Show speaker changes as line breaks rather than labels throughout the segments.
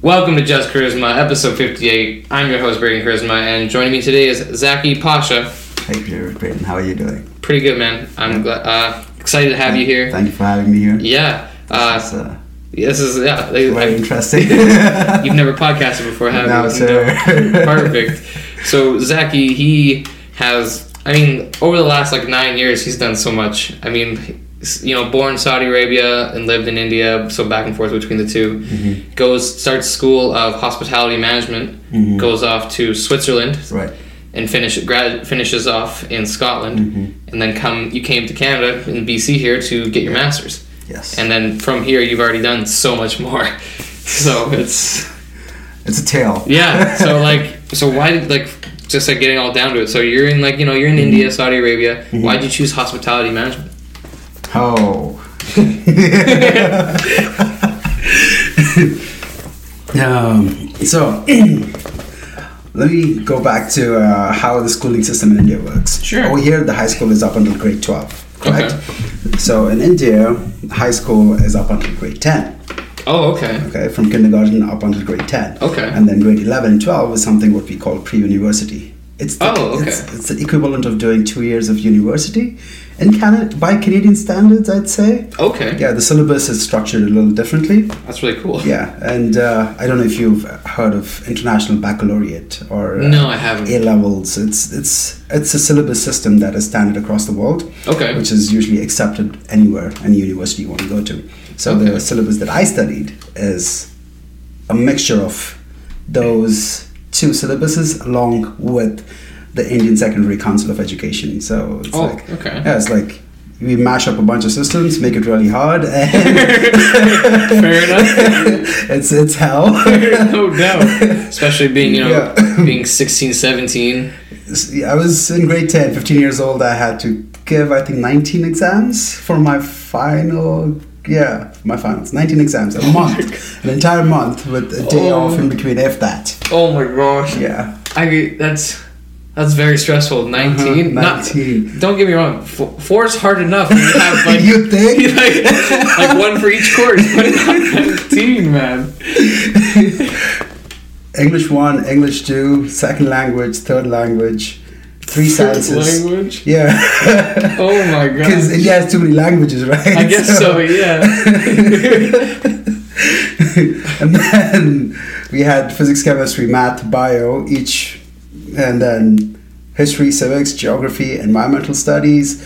Welcome to Just Charisma, episode 58. I'm your host, Braden Charisma, and joining me today is Zaki Pasha.
Hey, Peter, Brayden, how are you doing?
Pretty good, man. I'm gl- uh, excited to have you here.
Thank you for having me here.
Yeah. Uh,
It's uh,
this is, yeah. like,
very
I-
interesting.
You've never podcasted before, have
No,
you?
sir.
Perfect. So, Zaki, he has, I mean, over the last like nine years, he's done so much. I mean, s- you know, born Saudi Arabia and lived in India, so back and forth between the 2
Mm-hmm.
Goes, starts school of hospitality management,
Mm-hmm.
goes off to Switzerland,
Right.
and finish grad, finishes off in Scotland,
Mm-hmm.
and then come. You came to Canada in BC here to get your masters,
Yes.
and then from here you've already done so much more. So it's
it's a tale.
yeah. So like, so why did like just like getting all down to it? So you're in like you know you're in India,
Mm-hmm.
Saudi Arabia. Why would you choose hospitality management?
Oh. um, so, let me go back to uh, how the schooling system in India works.
Sure.
Over here, the high school is up until grade 12, correct? So, in India, high school is up until grade 10.
Oh, okay.
okay, from kindergarten up until grade 10.
Okay.
And then grade 11 and 12 is something what we call pre university. It's the,
Oh, okay.
It's, it's the equivalent of doing two years of university in Canada, by Canadian standards, I'd say.
Okay.
Yeah, the syllabus is structured a little differently.
That's really cool.
Yeah, and uh, I don't know if you've heard of International Baccalaureate or uh,
No, I haven't.
A levels. It's it's it's a syllabus system that is standard across the world.
Okay.
Which is usually accepted anywhere, any university you want to go to. So
Okay.
the syllabus that I studied is a mixture of those two syllabuses along with the Indian Secondary Council of Education. So it's
Oh,
like
okay.
yeah, it's like we mash up a bunch of systems, make it really hard, and
Fair enough.
it's it's hell.
no doubt. Especially being you know
Yeah.
being 16, 17.
I was in grade 10, 15 years old. I had to give, I think, 19 exams for my final. Yeah, my finals. 19 exams. A month. An entire month with a day
Oh.
off in between, if that.
Oh my gosh.
Yeah.
I agree. That's that's very stressful. 19
Uh-huh,
Not-
19.
don't get me wrong. f- Four is hard enough. When you have like,
You think?
like like one for each course, but not nineteen, man.
English 1, English 2, second language, third language, three sciences.
Language.
Yeah.
Oh my
Because
god.
India has too many languages, right?
I guess so. yeah.
and then we had physics, chemistry, math, bio each, and then history, civics, geography, environmental studies,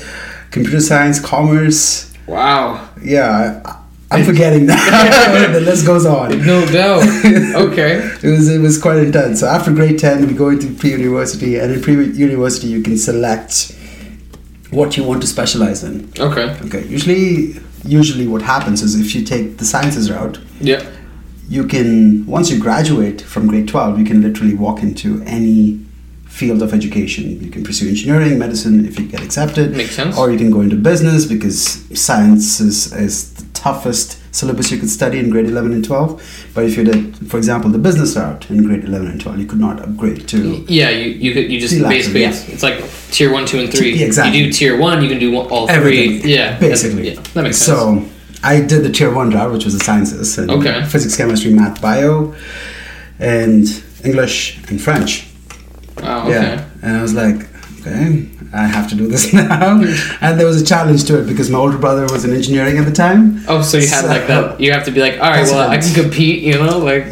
computer science, commerce.
wow.
Yeah, I- I'm forgetting that. the list goes on.
No doubt. Okay.
It was it was quite intense. So after grade ten, we go into pre-university, and in pre-university you can select what you want to specialize in.
Okay.
Okay, usually usually what happens is if you take the sciences route,
Yeah.
you can once you graduate from grade 12 you can literally walk into any field of education you can pursue engineering medicine if you get accepted
Makes sense.
or you can go into business because science is, is the toughest syllabus you could study in grade 11 and 12 but if you did for example the business route in grade 11 and 12 you could not upgrade to
Yeah, you you, could- you just
Sea Lions,
basically
yeah.
it's, it's like tier one, two, and three.
Yeah, exactly.
You do tier one, you can do one, all
everything
three. Yeah, that's-
basically
yeah, that makes sense.
so i did the tier one route which was the sciences and
Okay.
physics chemistry math bio and english and french
Wow. Okay.
Yeah. And I was like, okay, I have to do this now. and there was a challenge to it because my older brother was in engineering at the time.
Oh, so you had like that. You have to be like, all right, well, I can
President.
compete. You know, like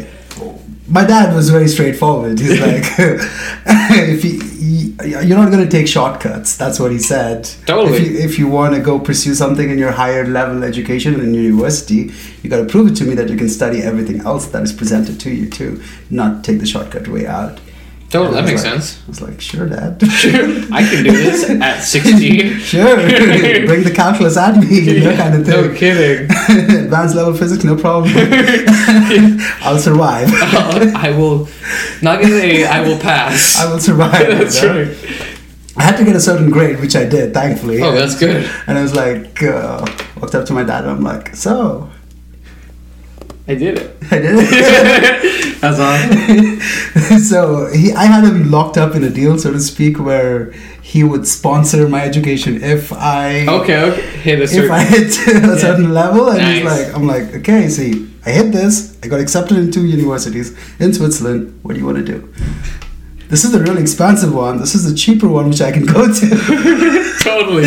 My dad was very straightforward. He's like, if you, you, you're not going to take shortcuts. That's what he said.
Totally.
If you, if you want to go pursue something in your higher level education in university, you got to prove it to me that you can study everything else that is presented to you too, not take the shortcut way out.
totally.
And
That
I was
makes
like-
sense.
I was like, sure, dad.
I can do this at sixteen.
Sure, bring the calculus at me, you know, kind of
No
thing.
kidding.
Advanced level physics, no problem. I'll survive.
Uh, I will not gonna say I will pass.
I will survive. you
that's
know?
right.
I had to get a certain grade, which I did, thankfully.
Oh, that's good.
And I was like, uh, walked up to my dad, and I'm like, so
I did it.
I did it.
that's awesome.
so he, I had him locked up in a deal, so to speak, where he would sponsor my education if I
Okay. Okay. Hit a
if
certain.
I hit a certain level, and he's
Nice.
like, I'm like, okay, see, I hit this. I got accepted in two universities in Switzerland. What do you want to do? This is the really expensive one. This is the cheaper one, which I can go to.
totally.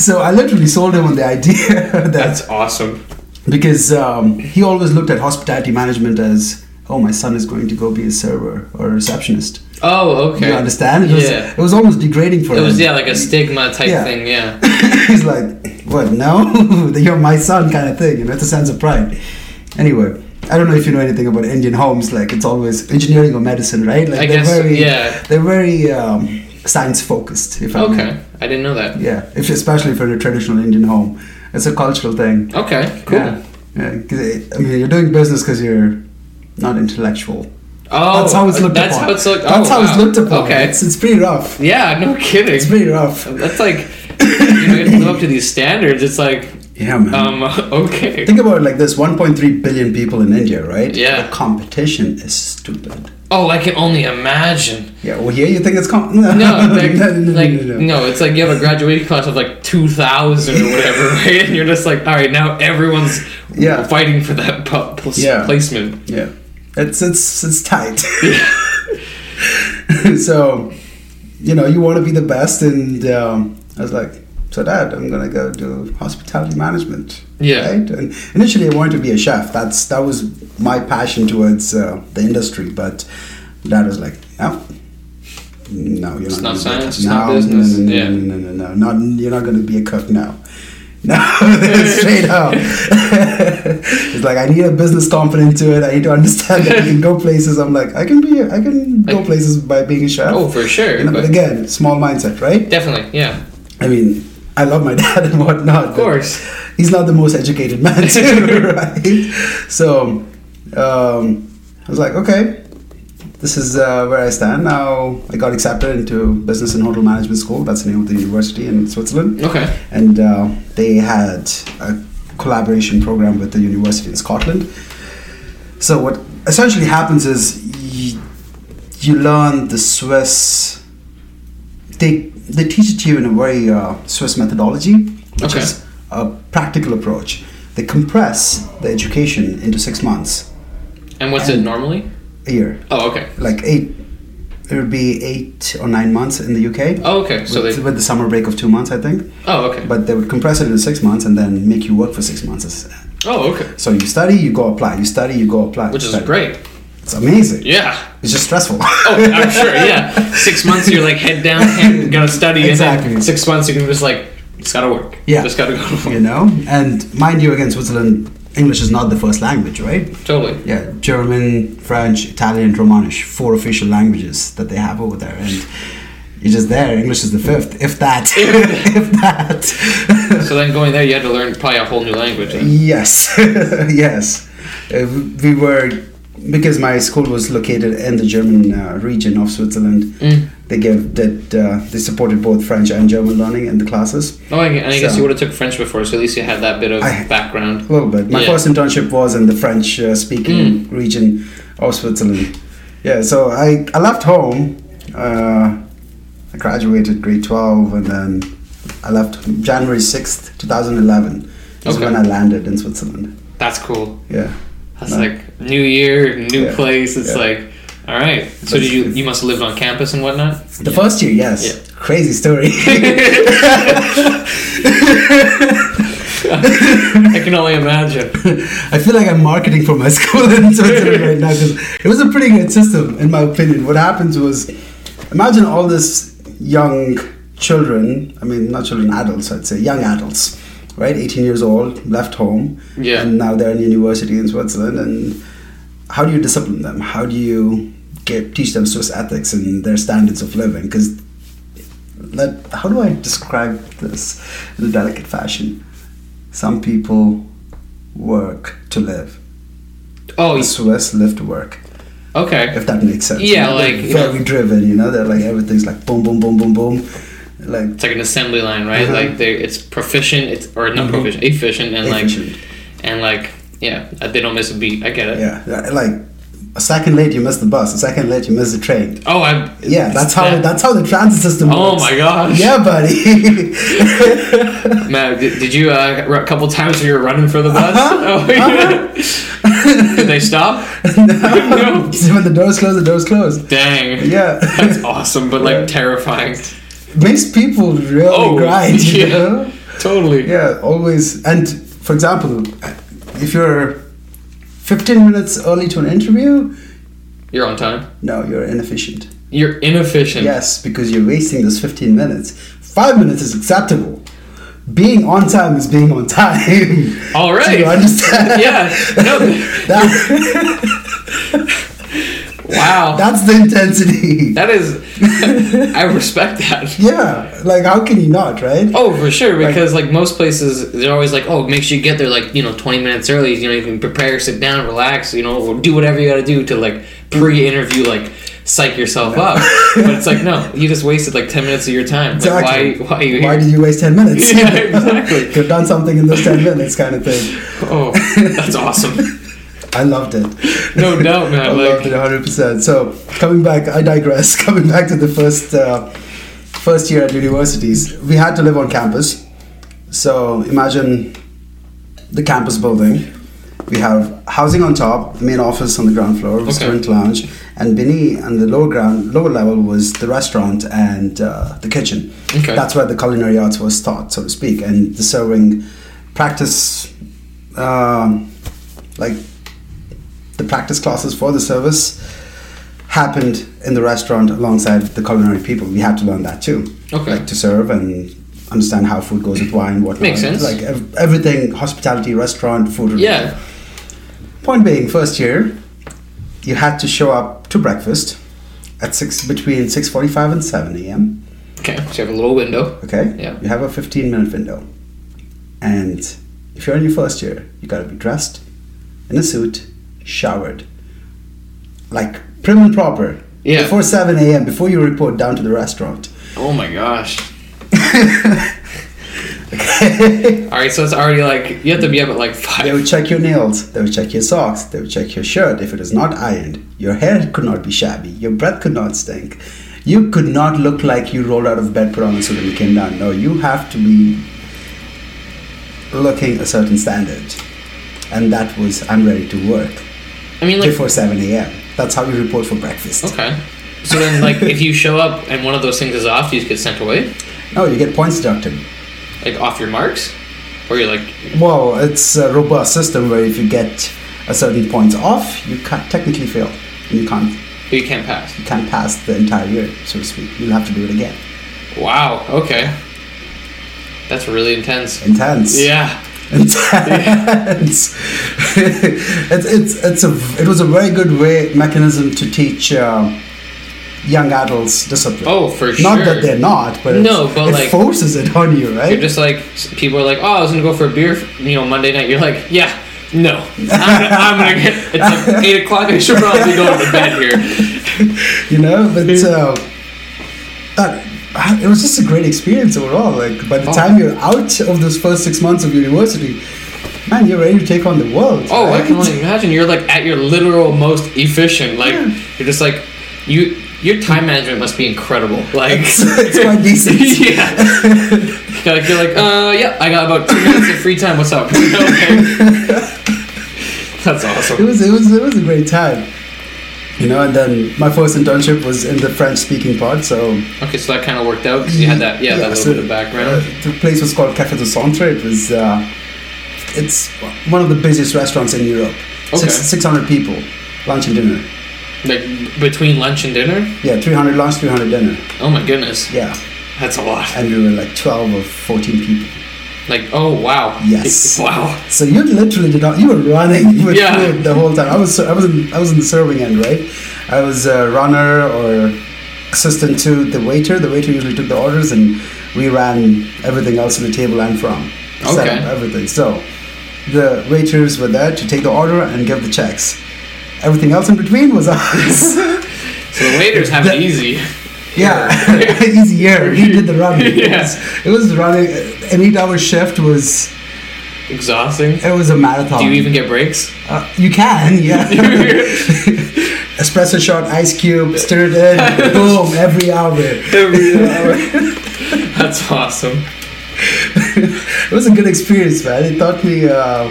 so I literally sold him on the idea that
That's awesome.
because um, he always looked at hospitality management as oh my son is going to go be a server or a receptionist.
Oh, okay.
You understand? It was,
yeah.
it was almost degrading for
It
him.
was yeah, like a stigma type
Yeah.
thing. Yeah.
He's like, what? No, you're my son, kind of thing. You know, it's a sense of pride. Anyway. I don't know if you know anything about Indian homes. Like it's always engineering or medicine, right? Like
I
they're
guess,
very,
yeah.
they're very um, science focused. If I may.
Okay. I didn't know that.
yeah. If especially for a traditional Indian home, it's a cultural thing.
Okay. Cool.
Yeah. Yeah, 'cause it- I mean, you're doing business because you're not intellectual.
Oh,
that's how it's looked
that's
upon.
How it's looked,
that's
oh,
how it's
wow.
looked upon.
Okay.
It's, it's pretty rough.
yeah. No kidding.
It's pretty rough.
that's like you know, you have to live up to these standards. It's like
Yeah, man.
um okay.
Think about it like this 1.3 billion people in India, right?
Yeah.
The competition is stupid.
Oh, I can only imagine.
Yeah, well, here you think it's. Com- no,
No, like,
no, no, no,
like
no, no.
no, it's like you have a graduating class of like two thousand or whatever, right? And you're just like, all right, now everyone's
Yeah.
fighting for that pu- pl-
Yeah.
placement.
Yeah. It's, it's, it's tight. so, you know, you want to be the best, and um, I was like, so, Dad, I'm going to go do hospitality management.
Yeah.
Right? And initially, I wanted to be a chef. That's That was my passion towards uh, the industry. But Dad was like, no. No, you're
It's
not.
not
gonna do
science,
that.
it's not
No,
business,
No, no, no,
yeah.
no, no, no, no, Not you're not going to be a cook. No, no, straight up. it's like I need a business component to it. I need to understand that I can go places. I'm like, I can be, I can go
Like-
places by being a chef.
Oh, for sure.
You know, but
but
again, small mindset, right?
definitely, yeah.
I mean, I love my dad and whatnot.
Of course.
He's not the most educated man, too, right? So um, I was like, okay, this is uh, where I stand. Now I got accepted into Business and Hotel Management School. That's the name of the university in Switzerland.
Okay.
And uh, they had a collaboration program with the university in Scotland. So what essentially happens is you, you learn the Swiss. They they teach it to you in a very uh, Swiss methodology, which
Okay.
is a practical approach. They compress the education into six months,
And what's it normally?
a year,
Oh, okay.
like eight. It would be eight or nine months in the UK.
Oh, okay. So
with,
they.
with the summer break of two months, I think.
Oh, okay.
But they would compress it into six months and then make you work for six months.
Oh, okay.
So you study, you go apply. You study, you go apply.
Which is
Study.
great.
It's amazing.
Yeah.
It's just stressful.
Oh, I'm sure. Yeah, six months you're like head down and gonna study, and
Exactly.
then six months you can just like it's gotta work.
Yeah.
just gotta go to
you
work.
know, and mind you, again, Switzerland, English is not the first language, right?
Totally.
Yeah, German, French, Italian, Romanish, four official languages that they have over there, and you're just there. English is the fifth, if that, if that.
So then going there, you had to learn probably a whole new language. then.
Yes, yes. Uh, we were because my school was located in the German uh, region of Switzerland.
Mm.
They gave that uh, they supported both French and German learning in the classes
Oh, and and I guess
So-
you would have took French before, so at least you had that bit of
I-
background.
a little bit. My
Yeah. Mm.
first internship was in the French uh, speaking region of Switzerland. Yeah, so I I left home. Uh, I graduated grade twelve, and then I left January sixth, two thousand eleven. Is
Okay.
when I landed in Switzerland.
That's cool.
Yeah.
That's
No.
like new year, new
Yeah.
place. It's
Yeah.
like, all right. So did you? You must have lived on campus and whatnot.
The first year, yes.
Yeah.
Crazy story.
I can only imagine.
I feel like I'm marketing for my school in Switzerland right now because it was a pretty good system, in my opinion. What happens was, imagine all this young children. I mean, not children, adults. I'd say young adults, right? 18 years old, left home,
Yeah.
and now they're in university in Switzerland. And how do you discipline them? How do you get teach them Swiss ethics and their standards of living? Because let how do I describe this in a delicate fashion? Some people work to live.
Oh,
The
you-
Swiss live to work,
okay.
if that makes sense.
Yeah,
You know, they're
like, you
very driven. You know, they're like everything's like boom, boom, boom, boom, boom. Like
It's like an assembly line, right?
Uh-huh.
Like they, it's proficient. It's or not
Mhm.
proficient, efficient, and like
efficient.
and like yeah, they don't miss a beat. I get it.
yeah, like a second late you miss the bus, a second late you miss the train.
Oh, I.
Yeah, that's how
that-
that's how the transit system
Oh
works.
my gosh.
Yeah, buddy.
Matt, did, did you uh, a couple times when you were running for the bus?
Uh-huh.
Oh, yeah. did they stop? No.
See, when the doors close, the doors close.
Dang.
Yeah.
That's awesome, but
Yeah.
like terrifying.
Makes people really
Oh,
grind, you
yeah.
know?
Totally.
Yeah, always. And for example, if you're 15 minutes early to an interview,
You're on time.
no, you're inefficient.
You're inefficient.
Yes, because you're wasting those 15 minutes. Five minutes is acceptable. Being on time is being on time.
All right.
Do you understand?
Yeah. No.
That-
Wow.
that's the intensity.
that is. I respect that.
yeah, like how can you not, right?
Oh, for sure, because like most places, they're always like, "Oh, make sure you get there like you know twenty minutes early. You know, you can prepare, sit down, relax. You know, or do whatever you got to do to like pre-interview, like psych yourself up." But it's like, no, you just wasted like ten minutes of your time. Like,
Exactly.
why? Why are you
Why
here?
did you waste 10 minutes?
Yeah, exactly.
Could have done something in those 10 minutes, kind of thing.
oh, that's awesome.
I loved it.
No doubt, man,
I
like-
loved it 100. percent So coming back, I digress. Coming back to the first uh, first year at universities, we had to live on campus. So imagine the campus building. We have housing on top, main office on the ground floor, restaurant lounge, and beneath on the lower ground, lower level was the restaurant and uh, the kitchen.
Okay.
That's where the culinary arts was taught, so to speak, and the serving practice, um, like the practice classes for the service happened in the restaurant alongside the culinary people. We had to learn that too,
Okay.
to serve and understand how food goes with wine, what
Makes sense.
Like ev- everything, hospitality, restaurant, food. related.
Yeah.
Point being, first year, you had to show up to breakfast at six between six forty-five and seven a.m.
Okay. So you have a little window.
Okay.
Yeah.
You have a 15 minute window. And if you're in your first year, you gotta be dressed in a suit, showered, like prim and proper.
Yeah.
Before 7 a.m., before you report down to the restaurant.
Oh my gosh.
Okay.
All right, so it's already like you have to be up at like
they
five.
would check your nails, they would check your socks, they would check your shirt if it is not ironed. Your hair could not be shabby, your breath could not stink. You could not look like you rolled out of bed, put on a suit, and came down. No, you have to be looking a certain standard. And that was, I'm ready to work
I mean, like
before 7 a.m. That's how you report for breakfast.
okay. So then, like, if you show up and one of those things is off, you just get sent away,
No, Oh, you get points deducted.
like off your marks, or you're like,
Well, it's a robust system where if you get a certain points off, you can't technically fail. And you can't,
you can't pass.
you can't pass the entire year, so to speak. You'll have to do it again.
Wow. Okay. That's really intense.
Intense.
Yeah.
Intense. it's, it's, it's a, it was a very good way mechanism to teach uh, young adults discipline.
Oh, for sure.
Not that they're not, but it's-
No, but
it
like-
forces it on you, right?
You're just like s- people are like, oh, I was gonna go for a beer, you know, Monday night. You're like, yeah, no, I'm gonna, I'm gonna get. It's like eight o'clock. I should probably be going to bed here.
you know, but uh, that, I- it was just a great experience overall. Like by the
Oh.
time you're out of those first six months of university, man, you're ready to take on the world.
Oh, I
right?
can only imagine. You're like at your literal most efficient. Like
Yeah.
you're just like you. Your time management must be incredible. Like
it's, it's quite decent.
yeah. You're like, you're like, uh, yeah, I got about two minutes of free time. What's up? okay. That's
It
awesome.
was it was it was a great time. You know, and then my first internship was in the French speaking part, so
Okay, so that kind of worked out because you had that, yeah, that little
so,
bit of
uh,
background.
the place was called Café du Centre. It was uh, it's one of the busiest restaurants in Europe.
Okay.
Six, 600 people, lunch and dinner.
Like between lunch and dinner.
Yeah, 300 lunch, 300 dinner.
Oh my goodness,
Yeah,
that's a lot.
and we were like 12 or 14 people.
Like, oh wow.
Yes.
Wow.
So you literally did not. You were running with
Yeah.
food the whole time. I was I was in, I was in the serving end, right? I was a runner or assistant to the waiter. The waiter usually took the orders, and we ran everything else on the table and from set
Okay.
up everything. So the waiters were there to take the order and give the checks. Everything else in between was us.
So the waiters have it easy.
Yeah, easy year. He did the running.
Yeah.
It was, it was running. An eight-hour shift was
Exhausting.
it was a marathon.
Do you even get breaks?
Uh, you can, yeah. espresso shot, ice cube, stir it in, boom, every hour.
Every hour. That's awesome.
it was a good experience, man. It taught me uh,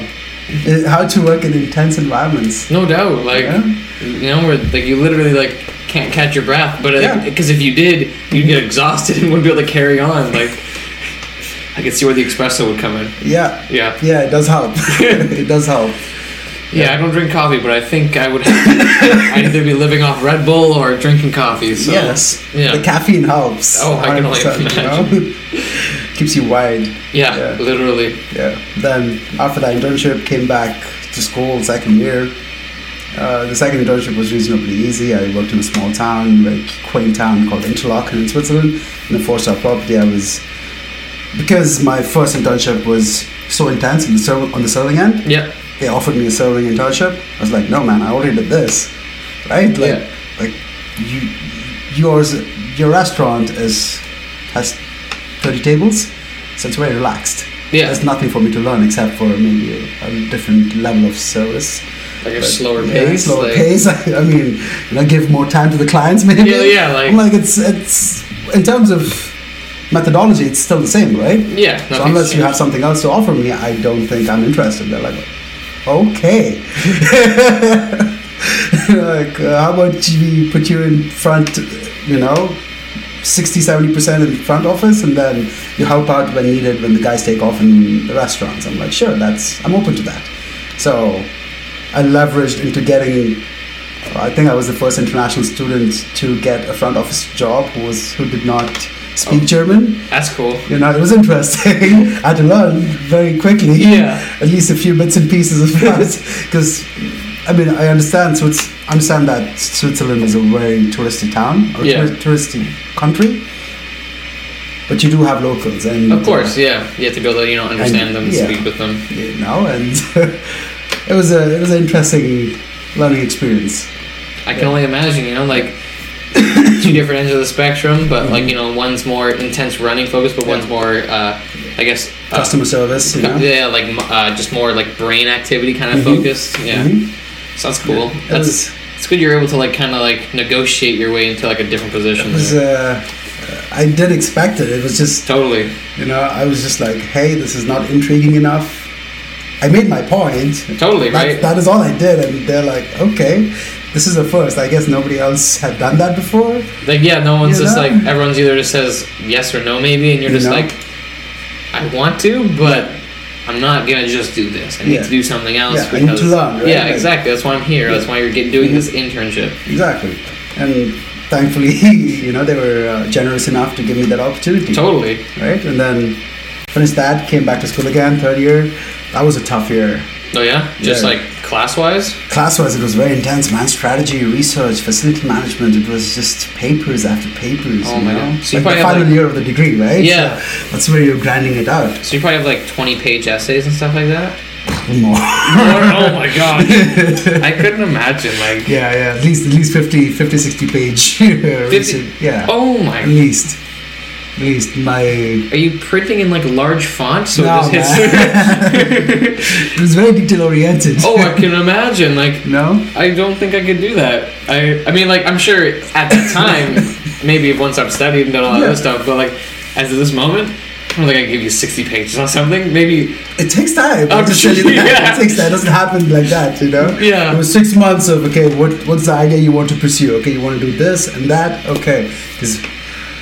it- how to work in intense environments.
No doubt. Like
Yeah.
you know, where like you literally like can't catch your breath, but
Yeah.
because if you did, you'd get exhausted and wouldn't be able to carry on. Like I could see where the espresso would come in.
Yeah,
Yeah.
yeah, it does help. it does help.
Yeah, I don't drink coffee, but I think I would have, I'd either be living off Red Bull or drinking coffee. So
yes,
yeah.
the caffeine helps.
Oh, I can only
100%,
imagine.
know? Keeps you wide.
yeah,
Yeah.
literally.
Yeah. Then after that internship, came back to school second year. Uh, the second internship was reasonably easy. I worked in a small town, like quaint town called Interlaken in Switzerland, in a four-star property. I was because my first internship was so intense on the, serv- on the serving end.
Yeah,
They offered me a serving internship. I was like, no, man, I already did this, right? Like,
Yeah.
like you, yours, your restaurant is has thirty tables, so it's very relaxed
yeah,
there's nothing for me to learn except for maybe a, a different level of service.
like a
But-
slower
yeah,
pace.
slower
like,
pace. I mean, you know, give more time to the clients maybe.
Yeah, yeah, like-
I'm like it's it's in terms of methodology, it's still the same, right?
Yeah,
So
nothing's
unless you have
changed.
something else to offer me, I don't think I'm interested. They're like, okay. like, uh, how about we put you in front, you know, 60 70% in front office, and then you help out when needed when the guys take off in the restaurants. I'm like, sure, that's, I'm open to that. So I leveraged into getting. I think I was the first international student to get a front office job who was who did not speak German.
That's cool.
You know, it was interesting. I had to learn very quickly.
Yeah.
At least a few bits and pieces of France, because I mean, I understand. So it's understand that Switzerland is a very touristy town or
Yeah.
tour- touristy country, but you do have locals, and
Of course, yeah. You have to be able to, you know, understand them and
yeah.
speak with them.
you know, and it was a it was an interesting learning experience.
I can only imagine, you know, like two different ends of the spectrum, but like, you know, one's more intense running focused, but one's more, uh, I guess, uh,
Customer service, you know.
yeah, like m- uh, just more like brain activity kind of
Mhm.
focused. Yeah,
Mhm.
so that's cool.
It
That's
was-
it's good you're able to like kind of like negotiate your way into like a different position.
It was,
there.
uh, I did expect it. It was just,
totally.
you know, I was just like, hey, this is not intriguing enough. I made my point.
Totally,
That-
right?
that is all I did. And they're like, okay, this is the first. I guess nobody else had done that before.
Like yeah, no one's
You
just
know?
like everyone's either just says yes or no maybe, and you're
You
just
know?
like, I want to, but I'm not gonna just do this. I need
Yeah.
to do something else.
Yeah, I need to learn, right?
Yeah,
Like- Mm-hmm.
exactly. That's why I'm here. That's why you're get, doing this internship.
Exactly. And thankfully, you know, they were uh, generous enough to give me that opportunity.
Totally.
Right? And then finished that, came back to school again, third year. That was a tough year.
Oh yeah, just
Yeah.
like class wise.
class wise it was very intense man strategy research facility management it was just papers after papers
Oh
you
my
know?
God. So you probably
like the
had,
final
like-
year of the degree right
Yeah.
So that's where you're grinding it out
So you probably have like 20 page essays and stuff like that.
more
oh my god, I couldn't imagine. Like,
yeah yeah at least at least 50 50 60 page research. yeah
oh
at
my.
least at least my
Are you printing in like large font so
No,
it just
man.
hits?
it was very detail oriented
oh, I can imagine. Like,
no
I don't think I could do that. I I mean, like, I'm sure at that time, maybe once I've studied and done all that
Yeah.
other stuff, but like, as of this moment, I don't think I can give you 60 pages on something. Maybe,
it takes time I'll
Oh,
just tell you that.
yeah.
it takes time it doesn't happen like that you know
Yeah.
it was six months of okay what what's the idea you want to pursue okay you want to do this and that okay because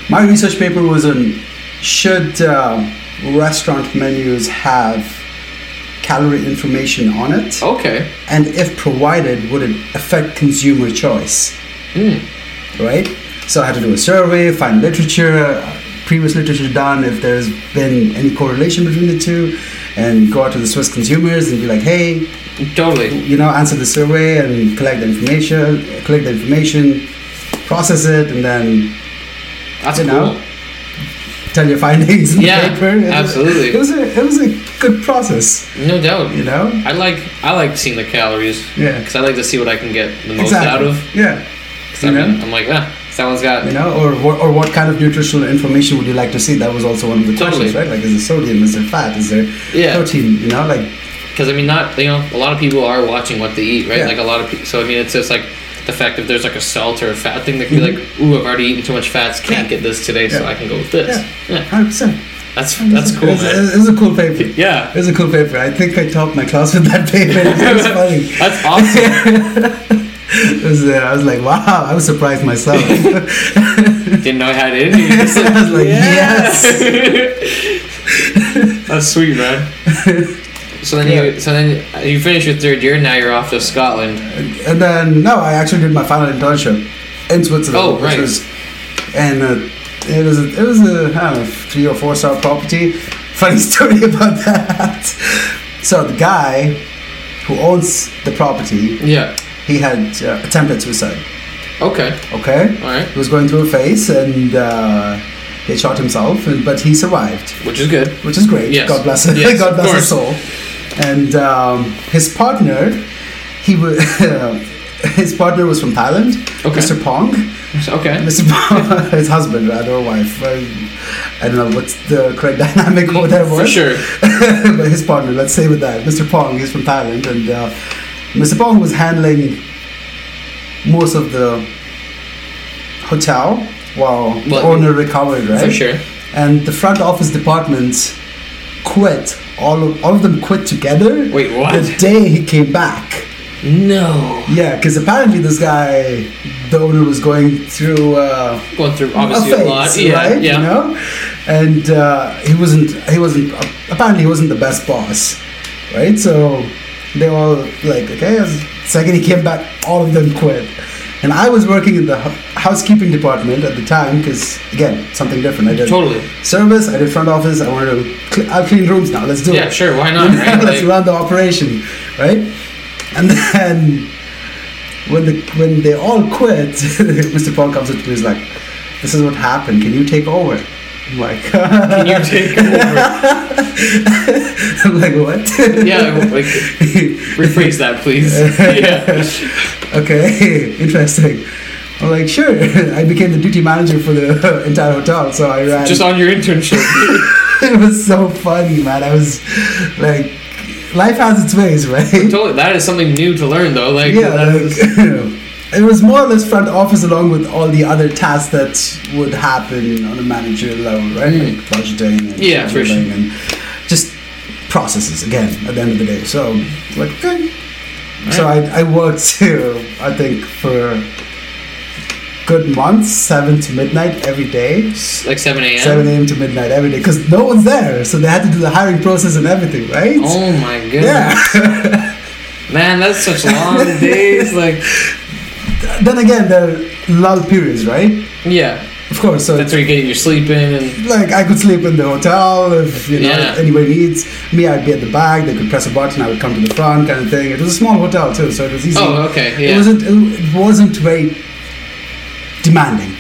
my research paper was on should um, restaurant menus have calorie information on it
okay.
and if provided would it affect consumer choice
Mm.
right? So I had to do a survey, find literature, previous literature done, if there's been any correlation between the two, and go out to the Swiss consumers and be like, hey,
Totally.
you know, answer the survey and collect the information, collect the information, process it, and then
That's
You
cool.
know? tell your findings in
Yeah,
the paper. It was-
absolutely.
It was a it was a good process,
No doubt.
you know.
I like I like seeing the calories
Yeah.
because I like to see what I can get the most
Exactly.
out of.
Yeah.
'Cause
You
I
know,
mean, I'm like, ah, someone's got.
you know, or what, or what kind of nutritional information would you like to see? That was also one of the
Totally.
questions, right? Like, is it sodium? Is it fat? Is there
Yeah.
protein? You know, like
because I mean, not you know, a lot of people are watching what they eat, right?
Yeah.
Like a lot of people. So I mean, it's just like the fact that there's like a salt or a fat thing that can be like, ooh, I've already eaten too much fats, can't get this today, so
Mm-hmm. Yeah.
I can go with this. Yeah,
Hundred percent.
that's that's cool,
It was,
man.
it was a cool paper.
Yeah,
It was a cool paper. I think I topped my class with that paper. It was, it was funny.
that's awesome.
It was, uh, I was like, wow, I was surprised myself.
Didn't know I had it in you. Just like,
I was like,
yes. that's sweet, man. So then you so then you finish your third year. Now you're off to Scotland.
and then, no, I actually did my final internship in Switzerland.
Oh,
which
right.
was- and uh, it was, a, it was a, I don't know, three or four star property. Funny story about that. So the guy who owns the property,
Yeah.
he had uh, attempted suicide,
Okay.
okay?
All right.
He was going through a phase and uh, he shot himself, and, but he survived.
Which is good.
which is great.
Yes.
God bless her.
Yes,
God
of
bless her
course.
soul. And um, his partner, he was. His partner was from Thailand,
Okay.
Mr. Pong.
Okay.
Mr. Pong, his husband, rather, or wife. I, I don't know what's the correct dynamic or whatever.
For sure.
but his partner, let's say with that, Mr. Pong, he's from Thailand, and uh, Mr. Pong was handling most of the hotel while the
Well,
owner recovered, right?
For sure.
and the front office departments quit. All of, all of them quit together.
Wait, what?
The day he came back.
No.
Yeah, because apparently this guy, the owner, was going through uh,
Going through
a
obviously
phase,
a, lot. Yeah.
right?
Yeah.
You know, and uh, he wasn't. He wasn't. Apparently, he wasn't the best boss, right? So they all like okay. as- Second, he came back. All of them quit. And I was working in the hou- housekeeping department at the time because, again, something different. I did
Totally.
service. I did front office. I wanted to. Cl- I'll clean rooms now. Let's do
Yeah.
it.
Sure. Why not? Right?
Let's
Like,
run the operation, right? And then when the when they all quit, Mr. Paul comes up to me. He's like, "This is what happened. Can you take over?" I'm like,
can you take over?
I'm like, what?
yeah. Like, rephrase that, please. yeah.
okay, interesting. I'm like, sure. I became the duty manager for the entire hotel, so I ran.
Just on your internship.
it was so funny, man. I was like, life has its ways, right?
totally. That is something new to learn, though. Like.
yeah,
that
like,
is-
it was more or less front office along with all the other tasks that would happen on a managerial level, right?
Mm.
Like budgeting and
Yeah, for
scheduling
sure.
and just processes again at the end of the day. So like okay. So I, I worked uh, I think for good months, seven to midnight every day.
like 7 a.m.
7 a.m. to midnight every day because no one's there, so they had to do the hiring process and everything, right?
Oh my god.
yeah.
Man, that's such long days. Like,
then again, there are lull periods, right?
yeah.
Of course, so
That's where you get your sleep in and.
like I could sleep in the hotel if you know
Yeah.
anybody needs me. I'd be at the back. They could press a button. I would come to the front, kind of thing. It was a small hotel too, so it was easy.
Oh, okay.
It
Yeah.
wasn't. It wasn't very demanding,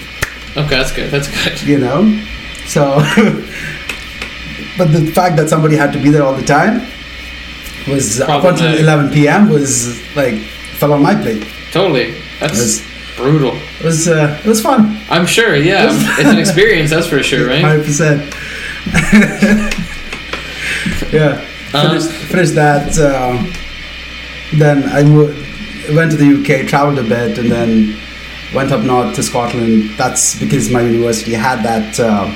Okay, that's good. That's good.
you know. So, but the fact that somebody had to be there all the time was up until
Problematic.
11 p.m. was like fell on my plate.
Totally. That's
That's-
brutal.
It was. Uh, it was fun.
I'm sure. Yeah, it's an experience. That's for sure, right?
Hundred percent. Yeah.
Um,
Finished, finished that. Um, then I mo- went to the UK, traveled a bit, and then went up north to Scotland. That's because my university had that uh,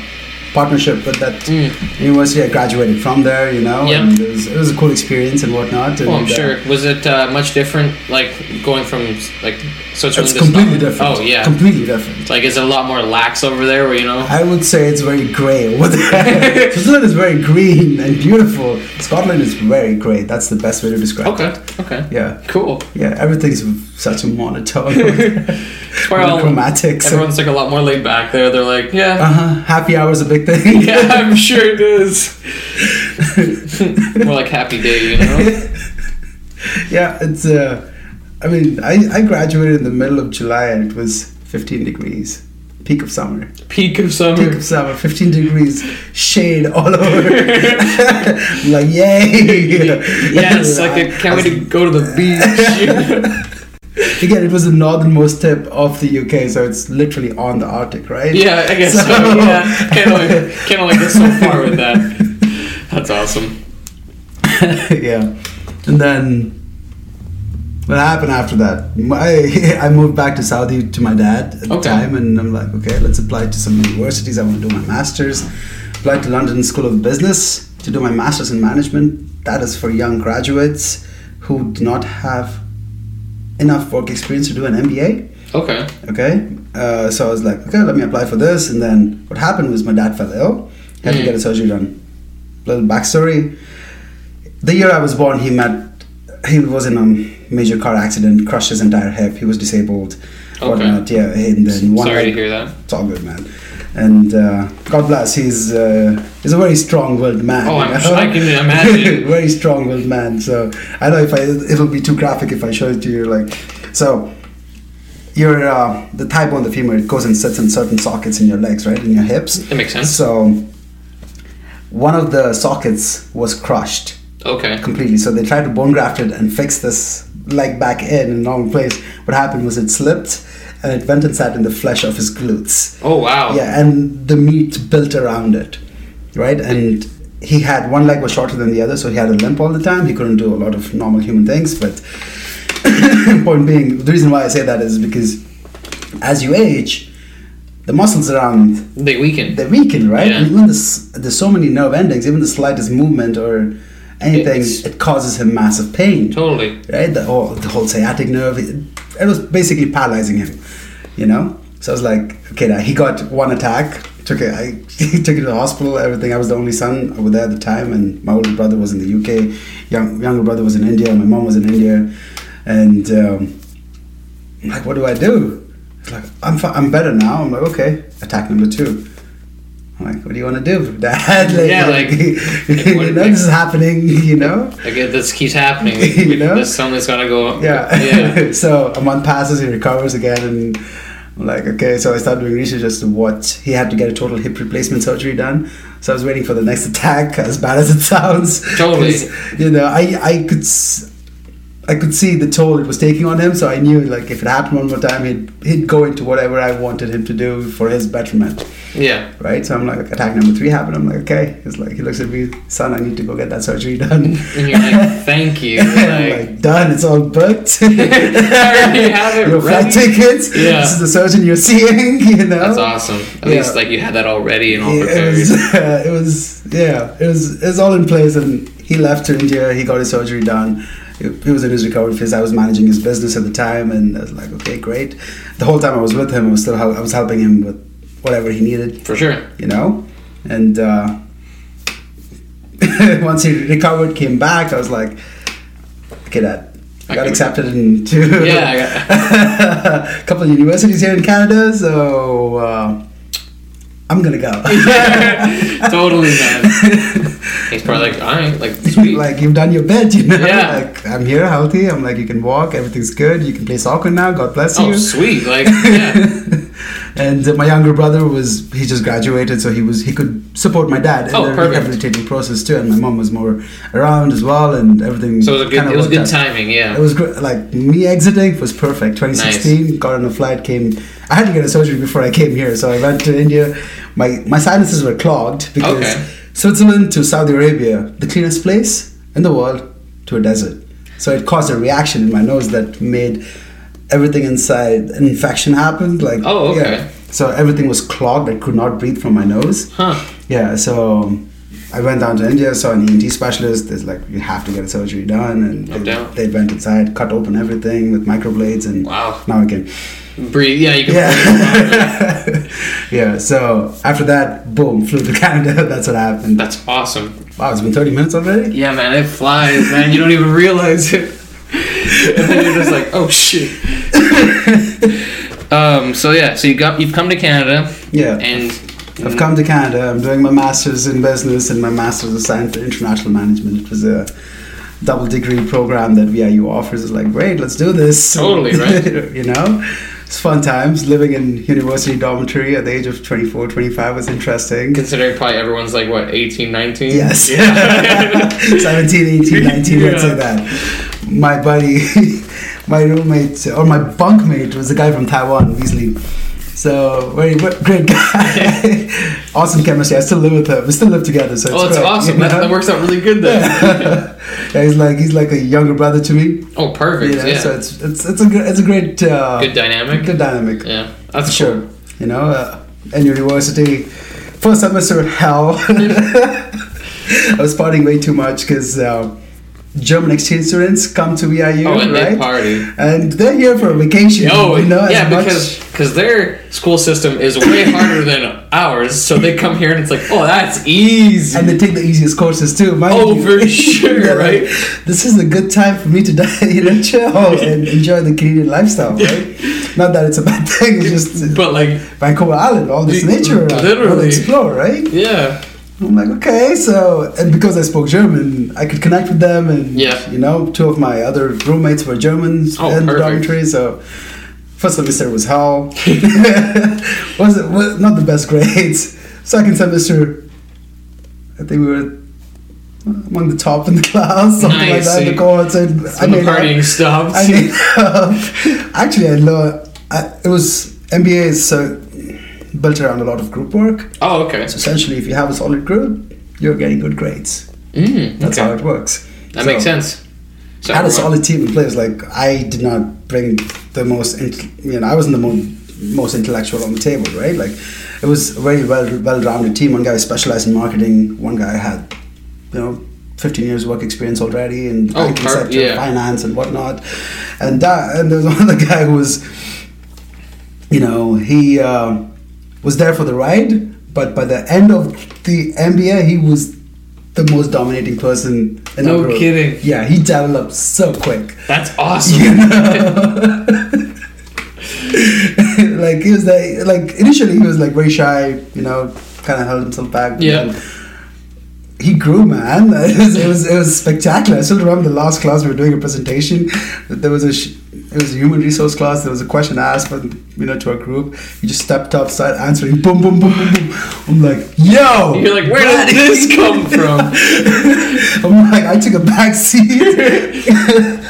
partnership with that
Mm.
university. I graduated from there, you know.
Yeah.
And it, was, it was a cool experience and whatnot. And,
Well, Oh, I'm
uh,
sure. Was it uh, much different, like going from like Switzerland
It's
to Scotland?
completely different.
Oh yeah.
Completely different.
like, is it a lot more lax over there? Where you know?
I would say it's very grey over there. Switzerland is very green and beautiful. Scotland is very grey. That's the best way to describe it.
Okay. Okay.
Yeah.
Cool.
Yeah, everything's such a monotone,
It's where all-
chromatics. Uh
everyone's like a lot more laid back there. They're like, yeah,
huh. Uh-huh. Happy hour's a big thing.
yeah, I'm sure it is. more like happy day, you know?
yeah, it's. Uh, I mean, I, I graduated in the middle of July and it was 15 degrees, peak of summer.
Peak of
Peak
summer.
of summer, 15 degrees, shade all over. I'm like yay!
Yes, like I can't wait to go to the beach.
Again, it was the northernmost tip of the UK, so it's literally on the Arctic, right?
yeah, I guess so.
So-
Yeah, can't only, can't only get so far with that. That's awesome.
yeah. And then what happened after that? My, I moved back to Saudi to my dad at the
Okay.
time, and I'm like, okay, let's apply to some universities. I want to do my master's. Applied to London School of Business to do my master's in management. That is for young graduates who do not have enough work experience to do an MBA
Okay.
okay uh, so i was like okay let me apply for this and then what happened was my dad fell ill had to
Mm.
get a surgery done little backstory the year i was born he met he was in a major car accident crushed his entire hip he was disabled
Okay.
whatnot yeah and then one
Sorry to
leg-
hear that.
it's all good man and uh, god bless he's uh, he's a very strong-willed man
Oh,
you
I'm
know?
sure I can imagine.
very strong-willed man so i know if i it'll be too graphic if i show it to you like so your uh, the thigh bone, the femur, it goes and sits in certain sockets in your legs, right, in your hips.
That makes sense.
So, one of the sockets was crushed
Okay.
completely. So they tried to bone graft it and fix this leg back in in normal place. What happened was it slipped and it went and sat in the flesh of his glutes.
Oh wow.
Yeah, and the meat built around it, right? And he had one leg was shorter than the other, so he had a limp all the time. He couldn't do a lot of normal human things. But point being, the reason why I say that is because as you age, the muscles around
They weaken.
they weaken, right?
Yeah.
And even this, there's so many nerve endings. Even the slightest movement or anything,
It's-
it causes him massive pain,
Totally.
right? The whole, the whole sciatic nerve, it, it was basically paralyzing him, you know. So I was like, okay, now he got one attack. Took it, I took it to the hospital. Everything. I was the only son over there at the time, and my older brother was in the UK. Young, younger brother was in India. My mom was in India, and um, I'm like, what do I do? It's like, I'm, fi- I'm better now. I'm like, okay, attack number two. I'm like, what do you want to do, dad?
Yeah, like,
you know, this is happening, you know?
Like it- this keeps happening.
You know?
There's something's gonna go.
Yeah.
Yeah.
so a month passes, he recovers again, and I'm like, okay, so I started doing research as to what he had to get a total hip replacement surgery done. So I was waiting for the next attack, as bad as it sounds.
Totally.
'Cause, You know, I, I could. S- I could see the toll it was taking on him, so I knew like if it happened one more time, he'd he'd go into whatever I wanted him to do for his betterment
Yeah.
right? So I'm like, attack number three happened. I'm like, okay. He's like, he looks at me, son, I need to go get that surgery done.
And you're like, thank you.
I'm
Like,
like, done. It's all booked. you
already have it
Your flight
ready.
tickets.
Yeah.
This is the surgeon you're seeing. You know.
that's awesome. At
Oh. Yeah.
least like you had that all ready and all
It
prepared.
was, it was, yeah, it was, it was all in place. And he left to India. He got his surgery done. He, he was in his recovery phase. I was managing his business at the time, and I was like, okay, great. The whole time I was with him, I was still, hel- I was helping him with whatever he needed.
For sure.
you know and uh, once he recovered came back i was like okay dad i
I
got
can-
accepted into
Yeah, I
a couple of universities here in canada so uh, i'm gonna go
Totally, man. He's probably like, all right, like sweet.
like you've done your bit you know
Yeah.
like i'm here healthy i'm like you can walk everything's good you can play soccer now god bless
oh,
you
sweet. Like, yeah.
and uh, my younger brother was he just graduated so he was he could support my dad in
Oh,
the
perfect.
rehabilitating process too and my mom was more around as well and everything
So it was a good.
kinda
It was
worked
good
out.
timing.
it
Yeah.
was great like me exiting was perfect 2016 got on a flight came i had to get a surgery before i came here so i went to india my my sinuses were clogged because
Okay.
switzerland to saudi arabia the cleanest place in the world to a desert so it caused a reaction in my nose that made everything inside an infection happened like
Oh, okay.
so everything was clogged. I could not breathe from my nose.
Huh.
Yeah, so um, I went down to India, saw an ENT specialist. There's like, you have to get a surgery done. And
No
they,
doubt.
they went inside, cut open everything with microblades, and
Wow.
now I can.
Breathe. Yeah, you can.
Yeah. yeah, so after that, boom, flew to Canada. That's what happened.
That's awesome.
Wow, it's been 30 minutes already?
Yeah, man, it flies, man. You don't even realize it. and then you're just like, oh shit. um. So yeah. So you got. You've come to Canada.
Yeah.
And.
I've come to Canada. I'm doing my master's in business and my master's of science in international management. It was a double degree program that VIU offers. It's like, great, let's do this.
Totally, right.
you know, it's fun times. Living in university dormitory at the age of 24, 25 was interesting.
Considering probably everyone's like what 18, 19?
Yes.
Yeah.
17, 18, 19, let's say
Yeah.
that. My buddy, my roommate, or my bunkmate was a guy from Taiwan, Weasley. So, very what, great guy. awesome chemistry. I still live with her. We still live together. So it's
Oh, it's
great,
awesome.
you
That,
know?
that works out really good then.
yeah, he's like he's like a younger brother to me.
Oh,
You
perfect.
know,
Yeah.
so it's it's it's a gr- it's a great uh,
Good dynamic.
Good dynamic.
yeah. That's
Sure.
sure.
You know, uh, and university, first semester hell. I was partying way too much because uh, German exchange students come to VIU,
Oh, and
right?
they party.
and they're here for a vacation.
Oh,
you know, as
yeah,
much-
because because their school system is way harder than ours, so they come here and it's like, oh, that's easy.
and they take the easiest courses too. Mind
Oh,
you.
for sure,
They're like,
right?
This is a good time for me to die, you know, chill and enjoy the Canadian lifestyle, right? Not that it's a bad thing, it's just
But like,
Vancouver Island, all this
Li-
nature, around,
literally.
we'll explore, right?
yeah,
I'm like, okay, so and because I spoke German, I could connect with them, and
Yeah.
you know, two of my other roommates were Germans
Oh,
in the
perfect.
dormitory, so. First semester was hell. was it was not the best grades. Second semester, I think we were among the top in the class, something
Nice,
like
so
that.
you-
The cohorts, and I
when the
made up.
partying stops.
I mean, actually, I learned. I, it was MBA is so built around a lot of group work.
oh, okay.
So essentially, if you have a solid group, you're getting good grades.
Mm,
That's
okay.
how it works.
That
So,
makes sense. So uh,
I had a
everyone-
solid team in place. Like I did not bring the most. int- You know, I wasn't the mo- most intellectual on the table, right? Like it was a very well well-rounded team. One guy specialized in marketing. One guy had, you know. 15 years work experience already in
Oh,
banking
per-
sector,
yeah.
finance and whatnot. And that, and there was another guy who was, you know, he uh, was there for the ride, but by the end of the MBA, he was the most dominating person in
No
our group.
kidding.
Yeah, he developed so quick.
That's awesome.
You know? like he was like, like initially he was like very shy, you know, kind of held himself back.
Yeah.
And He grew, man. It was, it was it was spectacular. I still remember the last class we were doing a presentation. There was a sh- it was a human resource class. There was a question asked, but you know, to our group, he just stepped up, started answering. Boom, boom, boom, boom, boom. I'm like, yo.
You're like, where did
buddy.
this come from?
I'm like, I took a back seat.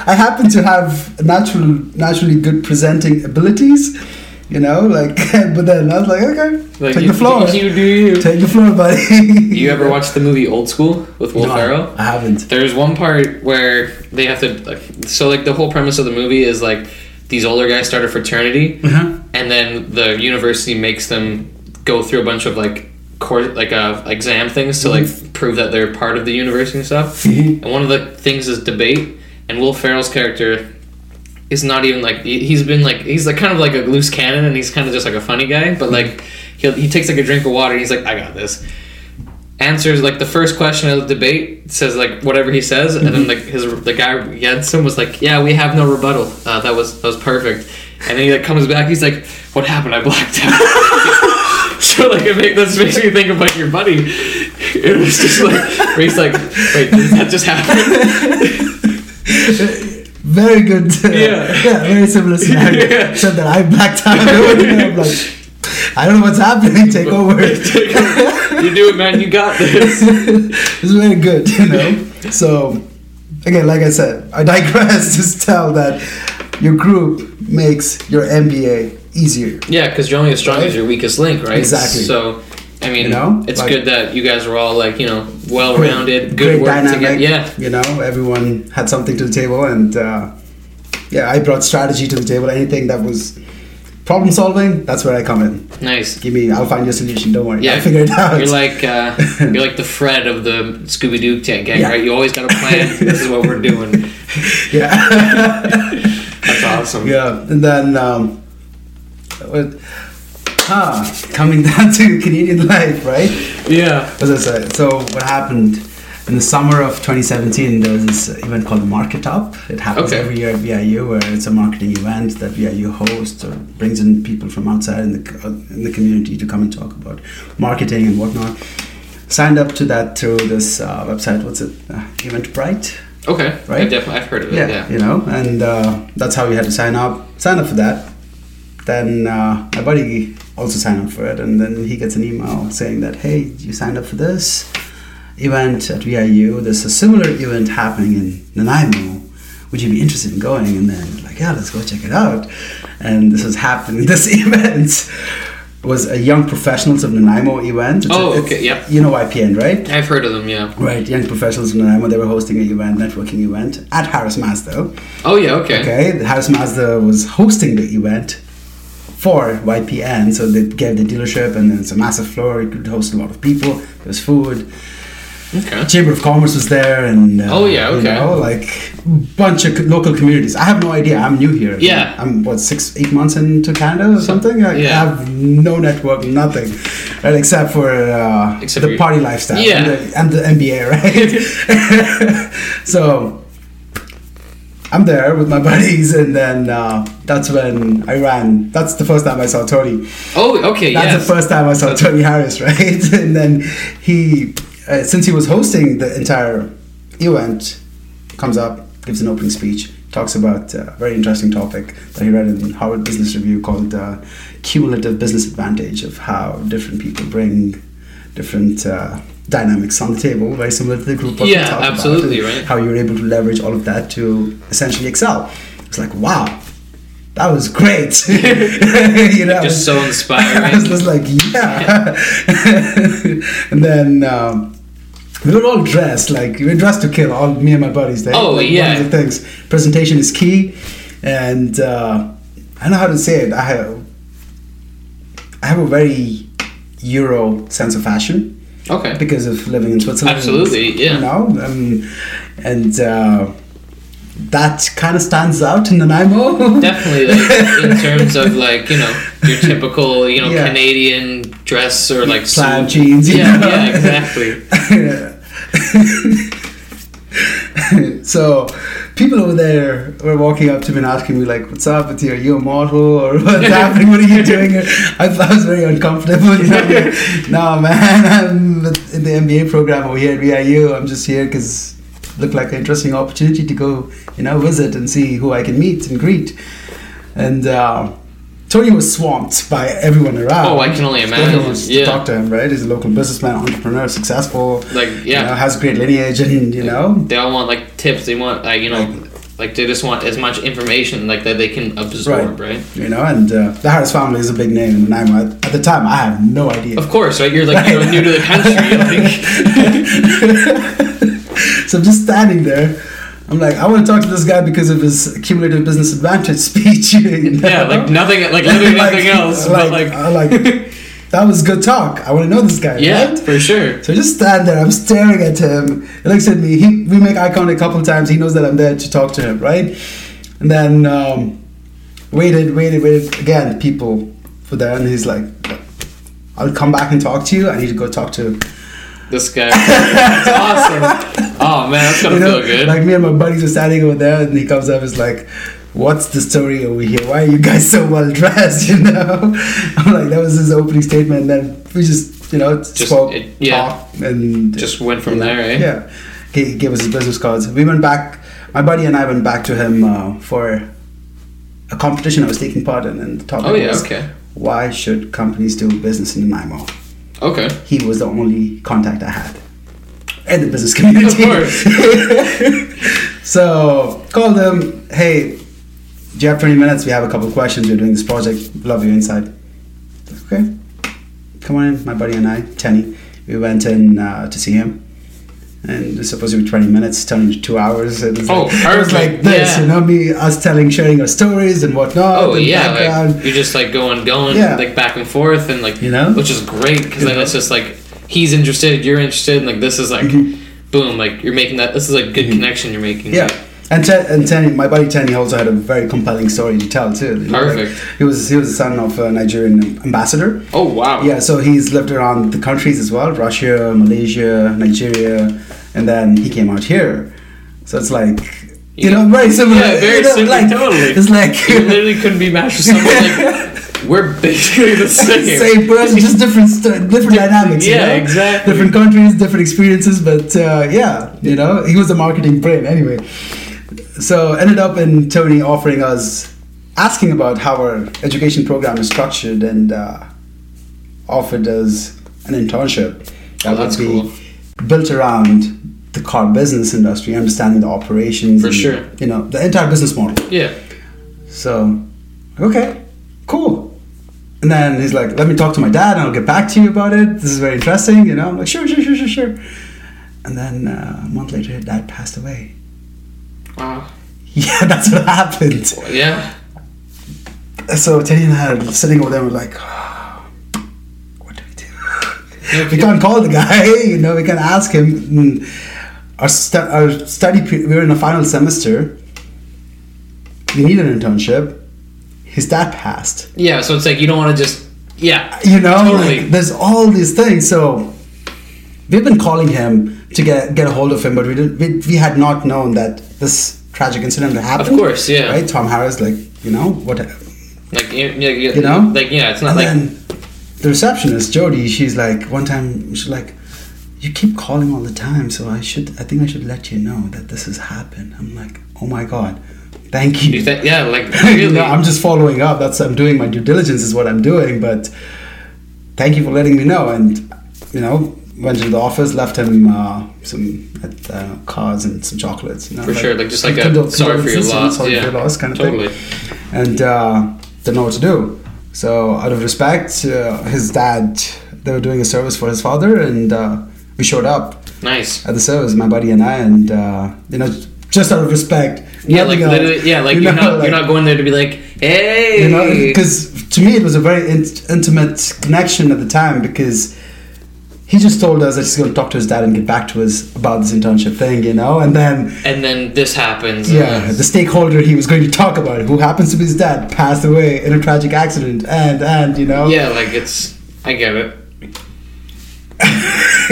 I happen to have natural, naturally good presenting abilities, you know. Like, but then I was like, okay,
Like,
take
you,
the floor,
You do you.
take the floor, buddy.
You ever watch the movie Old School with Will
No,
Ferrell?
I haven't.
There's one part where they have to, like, so like the whole premise of the movie is like these older guys start a fraternity,
Uh-huh.
and then the university makes them go through a bunch of like course like uh, exam things to like prove that they're part of the university and stuff.
Mhm.
and one of the things is debate, and Will Ferrell's character is not even like he- he's been like he's like kind of like a loose cannon, and he's kind of just like a funny guy, but like he he takes like a drink of water, and he's like, I got this. Answers like the first question of the debate says like whatever he says, and
Mm-hmm.
then like his the guy Jensen was like, "Yeah, we have no rebuttal. Uh, that was that was perfect." And then he like comes back, he's like, "What happened? I blacked out." so like it make, this makes me think about your buddy. It was just like where he's like, "Wait, did that just happen?"
Very good. uh,
Yeah.
very similar scenario.
Yeah.
Except that I blacked out. I'm like, I don't know what's happening. Take over.
you do it, man. You got this.
it's very good, you know. So, again, like I said, I digress. Just tell that your group makes your MBA easier.
Yeah, because you're only as strong as your weakest link, right?
Exactly.
So, I mean,
You know?
it's
Like-
good that you guys were all like, you know, well-rounded,
Great
good work together. Yeah,
You know, everyone had something to the table, and uh, yeah, I brought strategy to the table. Anything that was problem solving, that's where I come in.
nice.
Give me, I'll find your solution. Don't worry,
Yeah,
I'll figure it out.
You're like uh, you're like the Fred of the Scooby Doo gang,
Yeah.
right? You always got a plan. this is what we're doing.
yeah.
That's awesome.
Yeah, and then um, what, ah, coming down to Canadian life, right?
Yeah.
As I said, so what happened in the summer of 2017? There was this event called Market Up. It happens
Okay.
every year at VIU, where it's a marketing event that VIU hosts or brings in people from outside in the co- in the community to come and talk about marketing and whatnot. Signed up to that through this uh, website. What's it? Uh, Eventbrite.
Okay. Right. I
Right?
definitely, I've heard of it.
Yeah,
Yeah.
you know, and uh, that's how we had to sign up. Sign up for that. Then uh, my buddy also signed up for it, and then he gets an email saying that, hey, you signed up for this event at VIU. There's a similar event happening in Nanaimo. Would you be interested in going? And then like, yeah, let's go check it out. and this was happening. This event was a Young Professionals of Nanaimo event. It's a-
Oh,
it's-
okay, yep.
You know YPN, right?
I've heard of them, yeah.
Right, Young Professionals of Nanaimo. They were hosting an event, networking event at Harris Mazda.
Oh, yeah, okay.
Okay, the Harris Mazda was hosting the event for YPN, so they gave the dealership, and then it's a massive floor. It could host a lot of people. There was food.
Okay.
Chamber of Commerce was there, and uh,
Oh, yeah,
you
okay.
know, like bunch of co- local communities. I have no idea. I'm new here.
Yeah.
I'm what six, eight months into Canada or something. I
Yeah.
have no network, nothing, right? Except for uh,
Except for-
the party lifestyle.
Yeah.
and the, and the MBA, right? so. I'm there with my buddies, and then uh, that's when I ran. That's the first time I saw Tony.
Oh, okay,
That's
yes.
the first time I saw Tony Harris, right? And then he, uh, since he was hosting the entire event, comes up, gives an opening speech, talks about a very interesting topic that he read in Harvard Business Review called uh, Cumulative Business Advantage of how different people bring different. Uh, Dynamics on the table, very similar to the group. what we
Yeah,
talked about,
absolutely,
and
right.
How you were able to leverage all of that to essentially excel. It's like, wow, that was great. you know,
Just so inspiring.
I was just like, yeah. and then um, we were all dressed like we were dressed to kill. All me and my buddies. They,
Oh,
like,
yeah.
One of the things presentation is key, and uh, I don't know how to say it. I have I have a very Euro sense of fashion
okay.
because of living in Switzerland.
Absolutely, yeah.
You know, um, and uh, that kind of stands out in Nanaimo.
Definitely, like, in terms of like you know your typical you know
Yeah.
Canadian dress or like
Slam
suit.
jeans. you
Yeah,
know?
yeah, exactly.
so people over there were walking up to me and asking me like what's up with you are you a model or what's happening what are you doing I, I was very uncomfortable you know, like, no man I'm with- in the MBA program over here at VIU I'm just here because looked like an interesting opportunity to go you know visit and see who I can meet and greet and uh, Tony was swamped by everyone around
Oh, I can only
Everyone
imagine,
wants to
yeah.
talk to him right he's a local businessman entrepreneur successful
Like, yeah.
you know, has great lineage and you know
They all want like tips. They want like you know like they just want as much information like that they can absorb, right?
you know and uh, the Harris family is a big name in Nanaimo at, at the time I have no idea
Of course, right? You're like you know, new to the country. Like,
so I'm just standing there I'm like I want to talk to this guy because of his cumulative business advantage speech you know?
yeah, like nothing, like literally nothing else.
like,
but like,
I like that was good talk I want to know this guy
yeah,
right?
for sure.
So I just stand there. I'm staring at him. He looks at me. He, we make eye contact a couple times. He knows that I'm there to talk to him, right? And then um, waited, waited, waited. Again, people for there, and he's like, "I'll come back and talk to you. I need to go talk to."
This guy, it's awesome. Oh man, that's gonna
You know,
feel good.
like me and my buddies are standing over there, and he comes up. He's like, "What's the story over here? Why are you guys so well dressed?" You know, I'm like, that was his opening statement. And then we just, you know, spoke,
it- yeah.
talked, and
just went from
you know,
there, eh?
Yeah. He he gave us his business cards. We went back, my buddy and I went back to him uh, for a competition I was taking part in, and the topic
Oh yeah,
was
okay,
why should companies do business in Nanaimo?
okay.
He was the only contact I had in the business community.
Of course.
so called him, hey, do you have 20 minutes? We have a couple of questions. We're doing this project. Love your insight. Okay. Come on in, my buddy and I, Tony. We went in uh, to see him. And it was supposed to be 20 minutes, turned into two hours. It was,
Oh,
like, it was like
perfect.
this,
Yeah.
you know, me, us telling, sharing our stories and whatnot.
Oh
and
yeah,
background.
like, you're just like going, going,
Yeah.
like back and forth, and like
You know?
which is great because then it's just like he's interested, you're interested, and like this is like, boom, like you're making that. This is like good connection you're making.
Mm-hmm. Yeah. And, Ten, and Tenny, my buddy Tenny also had a very compelling story to tell too. You know, like,
Perfect.
he was he was the son of a Nigerian ambassador.
Oh wow.
Yeah, so he's lived around the countries as well: Russia, Malaysia, Nigeria, and then he came out here. So it's like you know very similar.
Yeah, very
you know,
similar,
Like,
totally.
It's
You
like
literally couldn't be matched with someone like we're basically the same.
same person, just different st- different dynamics. you
Yeah,
know?
exactly.
Different countries, different experiences, but uh, yeah, you know, he was a marketing brain anyway. So ended up in Tony offering us, asking about how our education program is structured, and uh, offered us an internship
Oh,
that
that's
would be
cool.
built around the car business industry, understanding the operations,
For
and,
sure.
you know, the entire business model.
Yeah.
So okay, cool. And then he's like, let me talk to my dad and I'll get back to you about it. This is very interesting, you know? I'm like, sure, sure, sure, sure, sure. And then uh, a month later, dad passed away.
Wow.
Yeah, that's what happened.
Uh, Yeah.
So Teddy and I are sitting over there, we're like, what do we do? we can't call the guy, you know, we can ask him. And Our, stu- our study, pe- we were in the final semester, we need an internship. His dad passed.
Yeah. So it's like you don't want to just. Yeah.
you know
Totally.
like, there's all these things so we've been calling him to get get a hold of him but we didn't we, we had not known that this tragic incident had happened
course, yeah.
right tom harris like you know what
Like you, you, you,
You know?
Like yeah, it's not
and
like
then the receptionist jody she's like one time she's like you keep calling all the time so i should i think i should let you know that this has happened i'm like oh my god thank you
you think, yeah, like
you
really.
know, I'm just following up. That's I'm doing my due diligence is what I'm doing. But thank you for letting me know. And you know, went to the office, left him uh, some uh, cards and some chocolates. You know,
For sure, like, just like a sorry for your
condolences,
loss,
sorry
yeah.
for your loss kind of
Totally.
thing. And uh, didn't know what to do. So out of respect, uh, his dad, they were doing a service for his father, and uh, we showed up
nice.
at the service, my buddy and I, and uh, you know, just out of respect.
Yeah, like
nothing else.
literally, yeah, like
You
you are
know,
not
like-
you're not going there to be like, hey,
you know because to me it was a very in- intimate connection at the time because he just told us that he's going to talk to his dad and get back to us about this internship thing you know and then
and then this happens.
yeah the stakeholder he was going to talk about who happens to be his dad passed away in a tragic accident and and you know
yeah, like it's. I get it.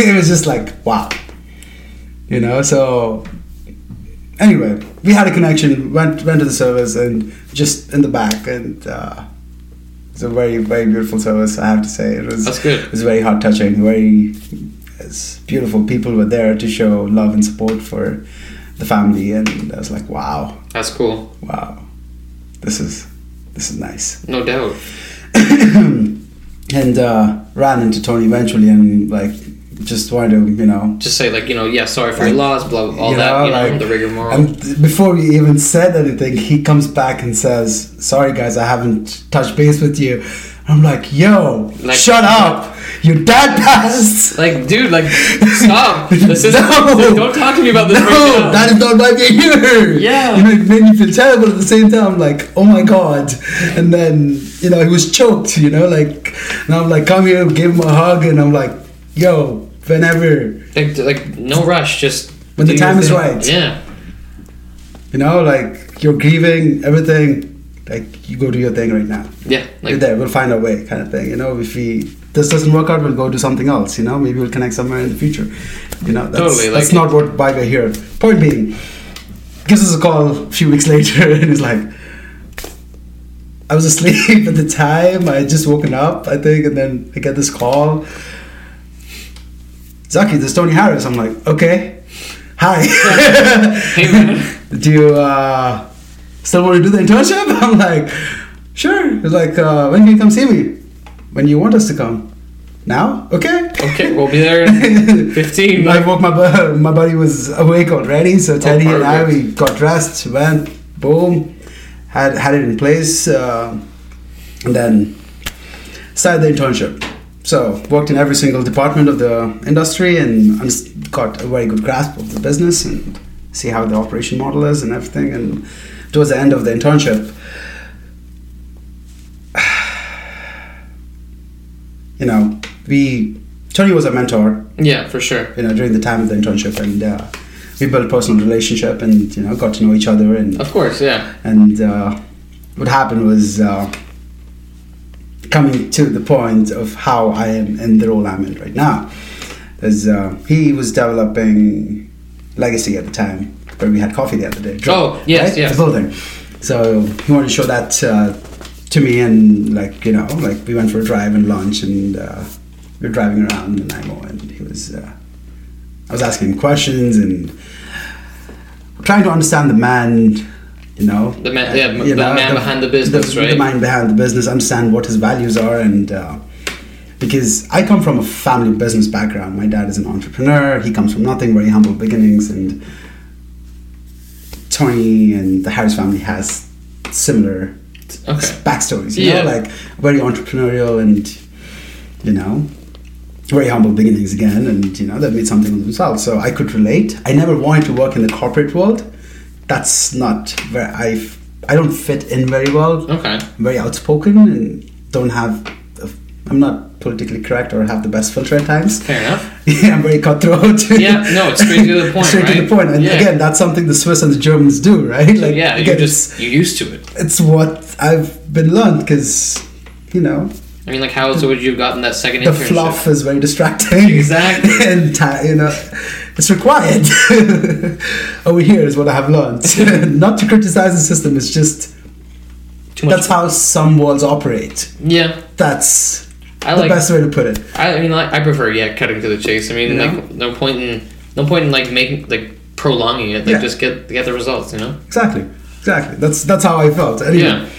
it was just like wow you know so anyway we had a connection went went to the service and just in the back and uh it's a very very beautiful service i have to say it was
That's good.
it was very heart touching very it's beautiful people were there to show love and support for the family and i was like wow
That's cool.
wow this is this is nice
No doubt.
and uh ran into tony eventually and like just wanted to you know
Just say like you know, yeah, sorry for your
Like,
loss, blah, all that, you know, the rigor moral.
And th- before we even said anything, he comes back and says, "Sorry, guys, I haven't touched base with you." I'm like, "Yo,
Like-
shut up! Your dad passed."
like, dude, like, stop. This is
No.
don't talk to me about this.
no,
right now.
that is not my behavior.
Yeah.
you know, it made me feel terrible. At the same time, I'm like, "Oh my god!" And then you know, he was choked. You know, like, and I'm like, "Come here," give him a hug, and I'm like, "Yo, whenever."
Like, like, no rush. Just
When the
do your
time is
thing.
right.
Yeah,
You know, like you're grieving, everything. Like you go do your thing right now.
yeah.
you're
Like,
there. We'll find a way, kind of thing. You know, if we this doesn't work out, we'll go do something else. You know, maybe we'll connect somewhere in the future. You know, that's,
Totally,
that's
like-
not what why we're here. Point being, gives us a call a few weeks later, and he's like, "I was asleep at the time. I had just woken up, I think, and then I get this call. Zaki, this is Tony Harris. I'm like, okay, hi.
hey man,
do you uh, still want to do the internship? I'm like, sure. He's like, uh, when can you come see me? When you want us to come? Now? Okay.
okay, we'll be there. In Fifteen.
I woke my bu- my buddy was awake already, so Teddy and I
perfect.
we got dressed, went, boom, had had it in place, uh, and then started the internship. So worked in every single department of the industry and uns- got a very good grasp of the business and see how the operation model is and everything. And towards the end of the internship, you know, we Tony was a mentor
yeah, for sure.
you know during the time of the internship and uh, we built personal relationship and you know got to know each other and
Of course, yeah.
and uh, what happened was uh, coming to the point of how I am in the role I'm in right now is uh, he was developing Legacy at the time where we had coffee the other day
Oh, yes, yes.
the building so he wanted to show that uh, to me and like you know like we went for a drive and lunch and uh, we were driving around in Nanaimo and he was uh, I was asking him questions and trying to understand the man, you know.
The man- yeah, the man behind the business,
the, The
right?
man behind the business, understand what his values are, and uh, because I come from a family business background. My dad is an entrepreneur. He comes from nothing, very humble beginnings, and Tony and the Harris family has similar just
Okay.
backstories. You
Yeah.
know, like very entrepreneurial and you know very humble beginnings again, and you know they made something of themselves. So I could relate. I never wanted to work in the corporate world. That's not where I f- I don't fit in very well.
Okay.
I'm very outspoken and don't have. a- I'm not politically correct or have the best filter at times.
Fair enough.
Yeah, I'm very cutthroat.
Yeah, no, it's straight to the point,
straight to the
right?
point. And
Yeah.
again, that's something the Swiss and the Germans do, right? Like,
yeah, you
again,
just you're used to it.
it's, it's what I've been learned because you know
I mean, like, how else would you have gotten that second
the
internship?
fluff is very distracting.
Exactly.
and ti you know, it's required. Over here is what I have learned. Not to criticize the system. It's just
Too much.
that's how some worlds operate.
yeah,
That's
I
the
like.
best way to put it.
I, I mean, like, I prefer yeah, cutting to the chase. I mean,
Yeah.
like, no point in no point in like making like prolonging it. Like,
Yeah.
just get get the results. You know.
Exactly. Exactly. That's that's how I felt. Anyway.
Yeah.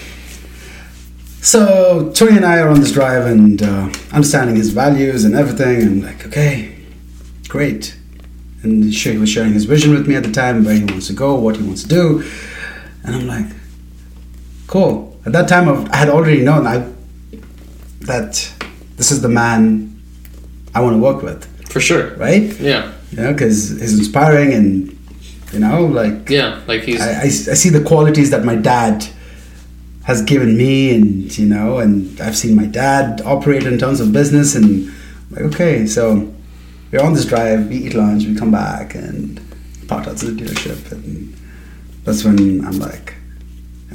So Tony and I are on this drive and uh, understanding his values and everything, and like, okay, great. And sure, he was sharing his vision with me at the time, where he wants to go, what he wants to do, and I'm like, cool. At that time, I've, I had already known I that this is the man I want to work with,
For sure.
right?
Yeah.
You know, because he's inspiring and you know, like
Yeah. Like he's.
I, I, I see the qualities that my dad has given me and you know and i've seen my dad operate in terms of business and I'm like okay so we're on this drive we eat lunch we come back and park out to the dealership and that's when i'm like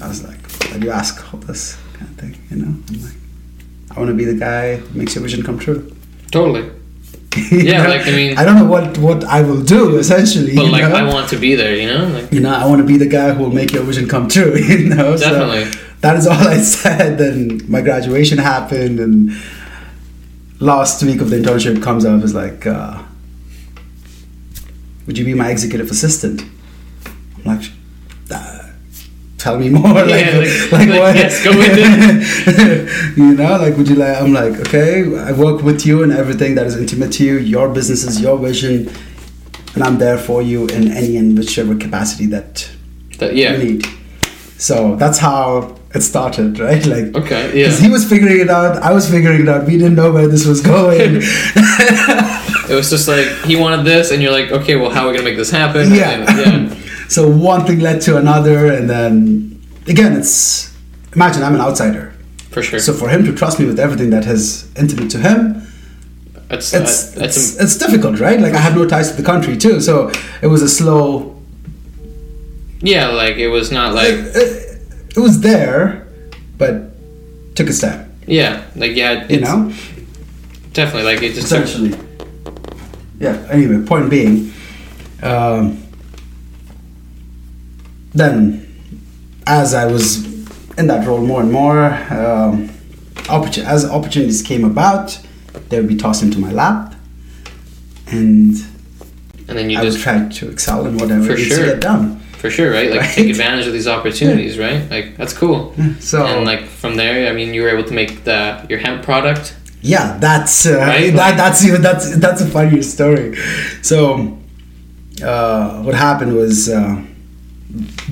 i was like why do you ask all this kind of thing you know i'm like i want to be the guy who makes your vision come true
totally.
You
Yeah,
know?
like, I mean-
i don't know what what i will do essentially
But
you
like,
know?
I want to be there. You know. Like.
you know, I want to be the guy who will make your vision come true, you know? So
Definitely.
that is all I said. Then my graduation happened, and last week of the internship comes up is like, uh, Would you be my executive assistant? I'm like, uh, Tell me more.
Yeah, like- like, yes, go with
it. you know, like, would you like? I'm like, okay, I work with you and everything that is intimate to you, your business is your vision, and I'm there for you in any and whichever capacity that
That,
you
yeah.
need. So that's how it started, right? Like,
Okay.
'cause
Yeah.
he was figuring it out, I was figuring it out. We didn't know where this was going.
It was just like he wanted this, and you're like, okay, well, how are we gonna make this happen? And
yeah.
then- yeah.
so one thing led to another, and then again, it's imagine I'm an outsider.
For sure.
So for him to trust me with everything that is intimate to him,
that's
it's
uh, that's
it's, it's difficult, right? Like I have no ties to the country too, so it was a slow
yeah. Like it was not
it,
like
it, it was there, but took its time,
yeah. Like yeah.
you
it's-
know?
Definitely. Like it just took-
essentially. Yeah. Anyway, point being, um, then as I was in that role more and more, um, opportu- as opportunities came about, they would be tossed into my lap, and
and then you
I would
just
try to excel in whatever
For
needs
sure.
to get done.
for sure, right? Like
Right?
take advantage of these opportunities, right? Like that's cool.
So-
and like from there, I mean, you were able to make the your hemp product.
yeah that's uh,
Right?
that, that's even that's that's a funnier story so uh, what happened was uh,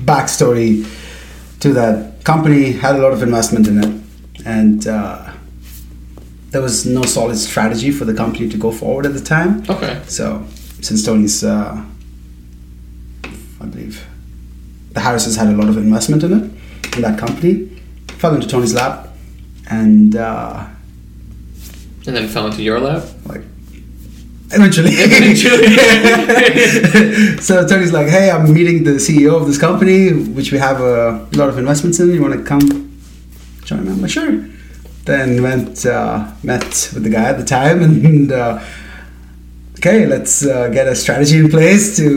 backstory to that company had a lot of investment in it and uh, there was no solid strategy for the company to go forward at the time
Okay.
so since Tony's, uh, I believe, the Harrises had a lot of investment in it, in that company, fell into Tony's lap, and uh,
And then fell into your lap.
like eventually.
Eventually.
so Tony's like, "Hey, I'm meeting the CEO of this company, which we have a lot of investments in. You want to come join me?" I'm like, "Sure." Then went uh, met with the guy at the time, and uh, okay, let's uh, get a strategy in place to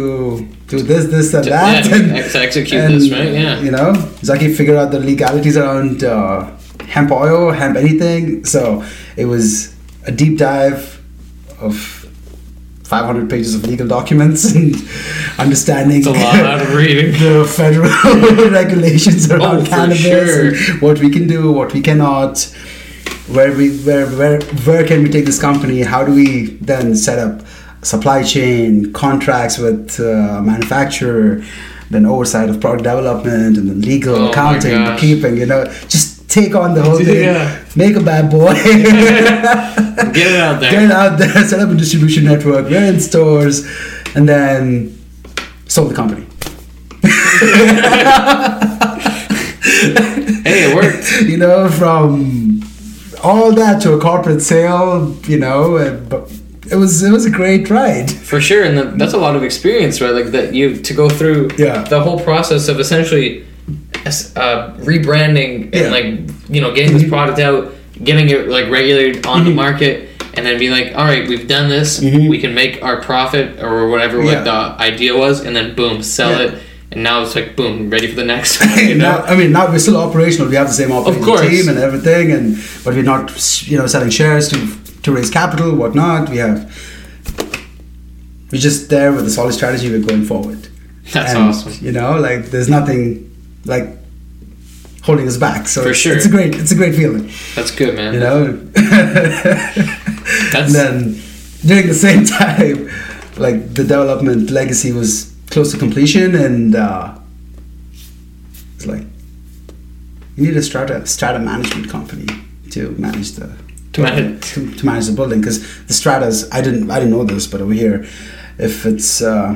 do this, this, and
To-
that,
yeah,
and
ex- execute this, right? Yeah.
you know, Zaki figured out the legalities around uh, hemp oil, hemp anything. So it was a deep dive of 500 pages of legal documents and understanding
It's a lot of reading. Oh,
the federal regulations around
for
cannabis,
sure.
and what we can do, what we cannot, where we where where where can we take this company? How do we then set up supply chain contracts with uh, manufacturer? then oversight of product development, and then legal,
Oh my
accounting,
gosh.
bookkeeping. You know, just take on the whole thing.
Yeah.
Make a bad boy.
Get it out there.
Get it out there. Set up a distribution network. We're in stores, and then sold the company.
Hey, it worked.
you know, from all that to a corporate sale, you know, and- but it was it was a great ride.
For sure, and that- that's a lot of experience, right? Like that you to go through
Yeah.
the whole process of essentially es- uh, rebranding
Yeah.
and like you know getting this product out, getting it like regulated on the
Mm-hmm.
market, and then being like, all right, we've done this,
Mhm.
we can make our profit or whatever
Yeah.
what the idea was, and then boom, sell
Yeah.
it, and now it's like boom, ready for the next. One, you know?
now, uh, I mean, now we're still operational. We have the same operational
course.
team and everything, and but we're not, you know, selling shares to to raise capital, whatnot. We have we're just there with a solid strategy. We're going forward.
That's
And,
awesome.
You know, like there's nothing like holding us back. So
For
it's-
sure.
it's a great it's a great feeling.
That's good, man.
you know.
That's-
and then during the same time, like the development legacy was close to completion, and uh, it's like you need a strata strata management company to manage the
To manage-
to, to manage the building because the stratas I didn't I didn't know this, but over here, if it's uh,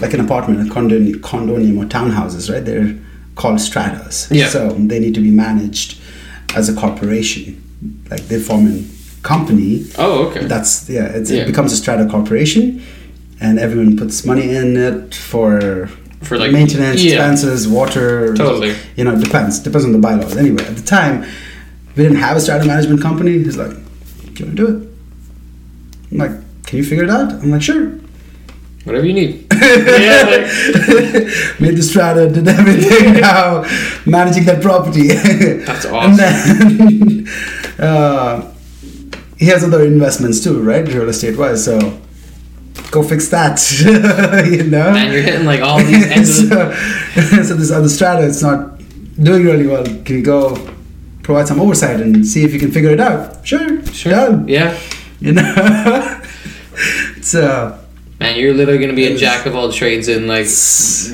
like an apartment, a condon, condominium, or townhouses, right? They're called stratas.
Yeah.
So they need to be managed as a corporation. Like they form a company.
Oh, okay.
That's yeah. It's,
Yeah.
It becomes a strata corporation, and everyone puts money in it for
For, like-
maintenance
yeah.
expenses, water.
Totally.
You know, it depends. Depends on the bylaws. Anyway, at the time, we didn't have a strata management company. He's like, "Do you want to do it?" I'm like, "Can you figure it out?" I'm like, "Sure."
Whatever you need. yeah, like,
made the strata, did everything now, managing that property.
That's
And then, uh, he has other investments too, right? Real estate wise, so go fix that. you know,
man, you're hitting like all these ends. of the-
so, so this other strata, it's not doing really well. Can you go provide some oversight and see if you can figure it out? Sure,
Sure.
done.
Yeah.
You know, so.
Man, you're literally gonna be a
Yes.
jack of all trades in like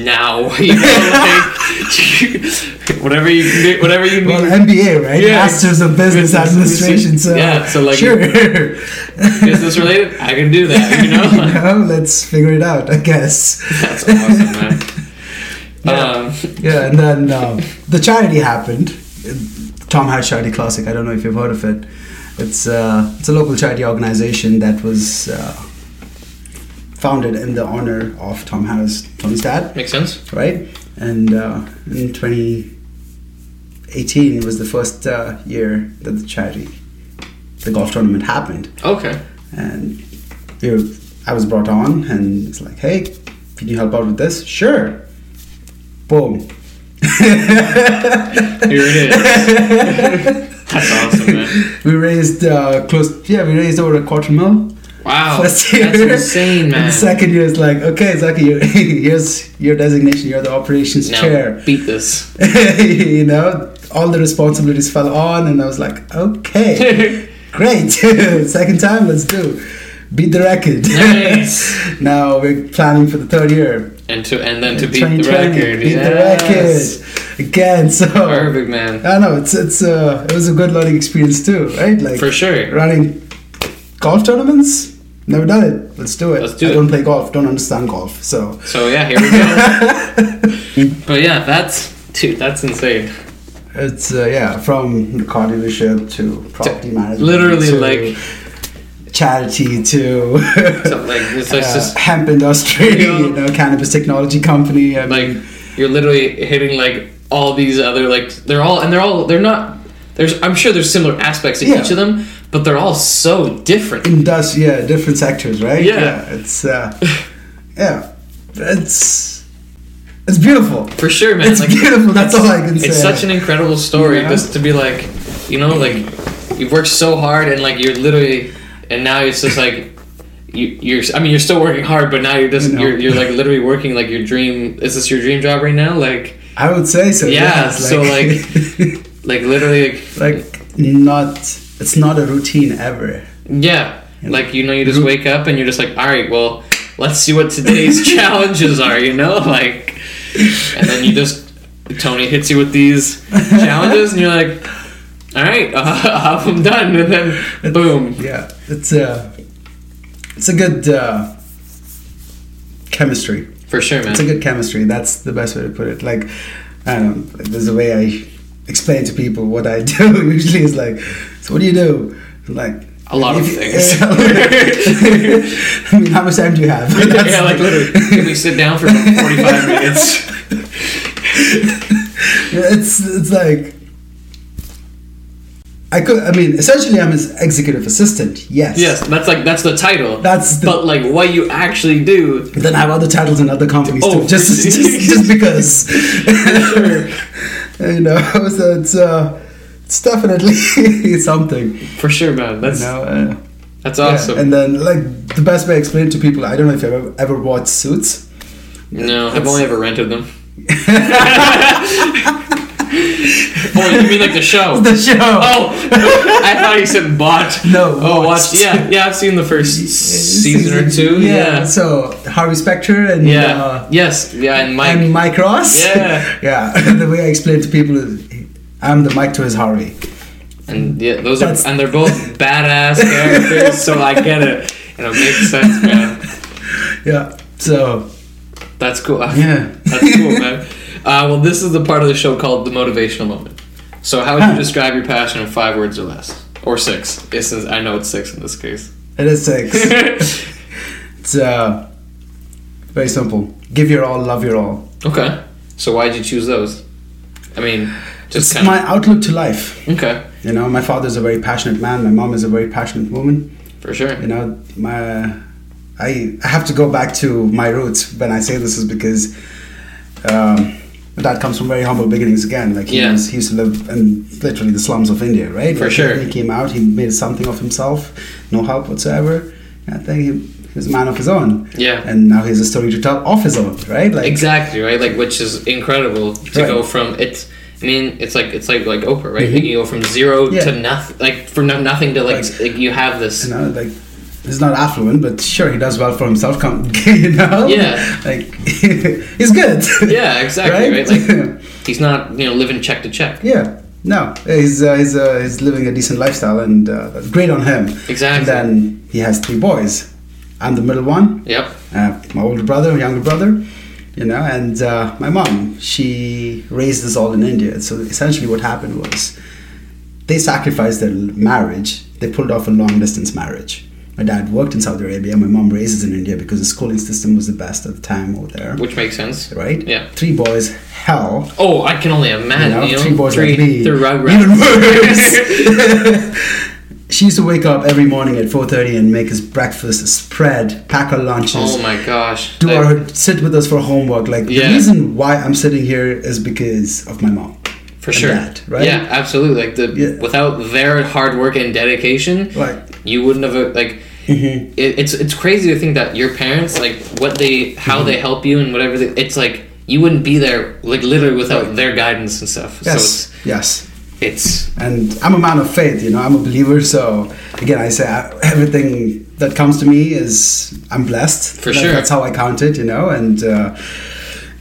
now. You know, like whatever you can do- whatever you
Well,
need.
MBA, right?
Yeah.
Masters of Business
Business
Administration. So,
Yeah, so, like,
sure.
business related, I can do that. You know,
You know, let's figure it out, I guess.
that's awesome, man. Um,
yeah, and then um, the charity happened. Tom Harris Charity Classic. I don't know if you've heard of it. It's uh, it's a local charity organization that was uh, founded in the honor of Tom Harris, Tom's dad.
makes sense.
right? And uh, in 2018 was the first uh, year that the charity, the golf tournament happened,
Okay.
and we were, I was brought on, and it's like, hey, can you help out with this? Sure. Boom.
Here it is. that's awesome, man.
we raised uh, close, yeah, we raised over a quarter mil.
Wow,
First
Oh, that's
year.
insane,
And
man.
the second year is like, okay, Zaki, you're, here's your designation. You're the operations
Now
chair.
beat this.
you know, all the responsibilities fell on, and I was like, okay, great. Second time, let's do. Beat the record.
Nice.
now we're planning for the third year.
And to and then to beat the
2020,
record.
Beat
Yes.
the record again. So
Perfect, man.
I know it's it's uh, it was a good learning experience too, right? Like
For sure.
running golf tournaments. Never done it. Let's do it.
Let's do
I
it.
don't play golf. Don't understand golf. So
So yeah, here we go. but yeah, that's dude, that's insane.
It's uh, yeah, from the car dealership to property management,
literally,
to
like-
charity to
So, like it's, it's
uh,
just
hemp industry,
Yeah.
you know, cannabis technology company. I
like
mean,
you're literally hitting like all these other like they're all and they're all they're not there's I'm sure there's similar aspects in
Yeah.
each of them, but they're all so different.
industry, yeah, different sectors, right?
Yeah.
it's uh, yeah, it's it's beautiful.
For sure, man.
It's beautiful, that's
it's-
all I can
It's
say.
such an incredible story
Yeah.
just to be like, you know, like you've worked so hard and like you're literally, and now it's just like. You, you're. I mean, you're still working hard, but now you're just.
I know.
You're, you're like literally working like your dream. Is this your dream job right now? Like,
I would say so.
Yeah,
yes,
so,
like
like literally, like,
like not it's not a routine ever.
Yeah. Like you know, you just wake up and you're just like, all right, well, let's see what today's challenges are. You know, like and then you just Tony hits you with these challenges, and you're like, "All right, uh, I'm done." And then boom,
yeah, it's a it's a good uh, chemistry.
for sure, man.
It's a good chemistry. That's the best way to put it. Like, I don't know. There's a way I explain to people what I do. Usually, it's like, so what do you do? I'm like.
A lot of
if you-
things.
I mean, how much time do you have?
yeah, like literally, can we sit down for 45 minutes?
it's it's like I could. I mean, essentially, I'm his executive assistant. Yes.
Yes, that's like that's the title.
That's the-
but like what you actually do.
But then I have other titles in other companies
Oh,
too, just
really?
just, just because.
Sure.
you know, so it's uh, it's definitely something.
For sure, man. That's
You know, uh,
that's
yeah.
awesome.
And then, like the best way I explain it to people, I don't know if you've ever, ever watched Suits.
no, I've
It's-
only ever rented them. oh, you mean like the show?
The show.
Oh, I thought you said bought.
No,
Oh, watch.
watched.
Yeah, yeah. I've seen the first season or two. Yeah.
So Harvey Specter and
Yeah.
uh,
yes. Yeah, and Mike.
and Mike Ross.
Yeah.
yeah. the way I explain to people is, I'm the Mike to his Harvey.
And yeah, those are
That's-
and they're both badass characters, so I get it. And it makes sense, man.
Yeah. So
That's cool.
Yeah.
That's cool, man. Uh, well, this is the part of the show called the motivational moment. So, how would you
Huh.
describe your passion in five words or less, or six? It says I know it's six in this case.
it is six. it's uh, very simple. Give your all, love your all.
okay. So, why'd you choose those? I mean, just
It's
kind
my outlook to life.
of okay,
You know, my father's a very passionate man. My mom is a very passionate woman.
for sure.
You know, my I I have to go back to my roots when I say this is because um, my dad comes from very humble beginnings again. Like he,
Yeah.
was, he used to live in literally the slums of India, right?
For
Like,
sure.
He came out. He made something of himself. No help whatsoever. And I think he, he was a man of his own.
Yeah.
And now he has a story to tell of his own, right? Like
Exactly right, like which is incredible to
Right. Mm-hmm.
go from it's. I mean, it's like it's like like Oprah, right? Like you go from zero
Yeah.
to nothing, like from no- nothing to like,
Right.
like you have this.
you know, like he's not affluent, but sure he does well for himself. Come, you know,
Yeah.
like he's good.
Yeah, exactly. Right?
Right?
Like he's not you know living check to check.
yeah. No, he's uh, he's uh, he's living a decent lifestyle, and uh, that's great on him.
Exactly.
And then he has three boys. I'm the middle one.
Yep.
Uh, my older brother, younger brother, you know, and uh, my mom. She raised us all in India. So essentially, what happened was they sacrificed their marriage. They pulled off a long distance marriage. My dad worked in Saudi Arabia. My mom raises in India because the schooling system was the best at the time over there.
Which makes sense.
Right?
Yeah.
Three boys, hell.
Oh, I can only imagine.
You
you know,
know, three boys
three,
like me.
three
Even
rugrats.
worse. she used to wake up every morning at 4.30 and make us breakfast, spread, pack our lunches.
Oh my gosh.
do
Like,
our sit with us for homework. Like
Yeah.
the reason why I'm sitting here is because of my mom.
for sure.
that, right?
Yeah, absolutely. Like the
Yeah.
without their hard work and dedication,
Right.
you wouldn't have uh, like.
Mhm.
It, it's it's crazy to think that your parents like what they how
Mm-hmm.
they help you and whatever they, it's like you wouldn't be there like literally without their guidance and stuff.
Yes.
So
yes.
it's it's
And I'm a man of faith. You know, I'm a believer. So again, I say I, everything that comes to me is I'm blessed.
For
That-
sure.
That's how I count it. You know, and uh,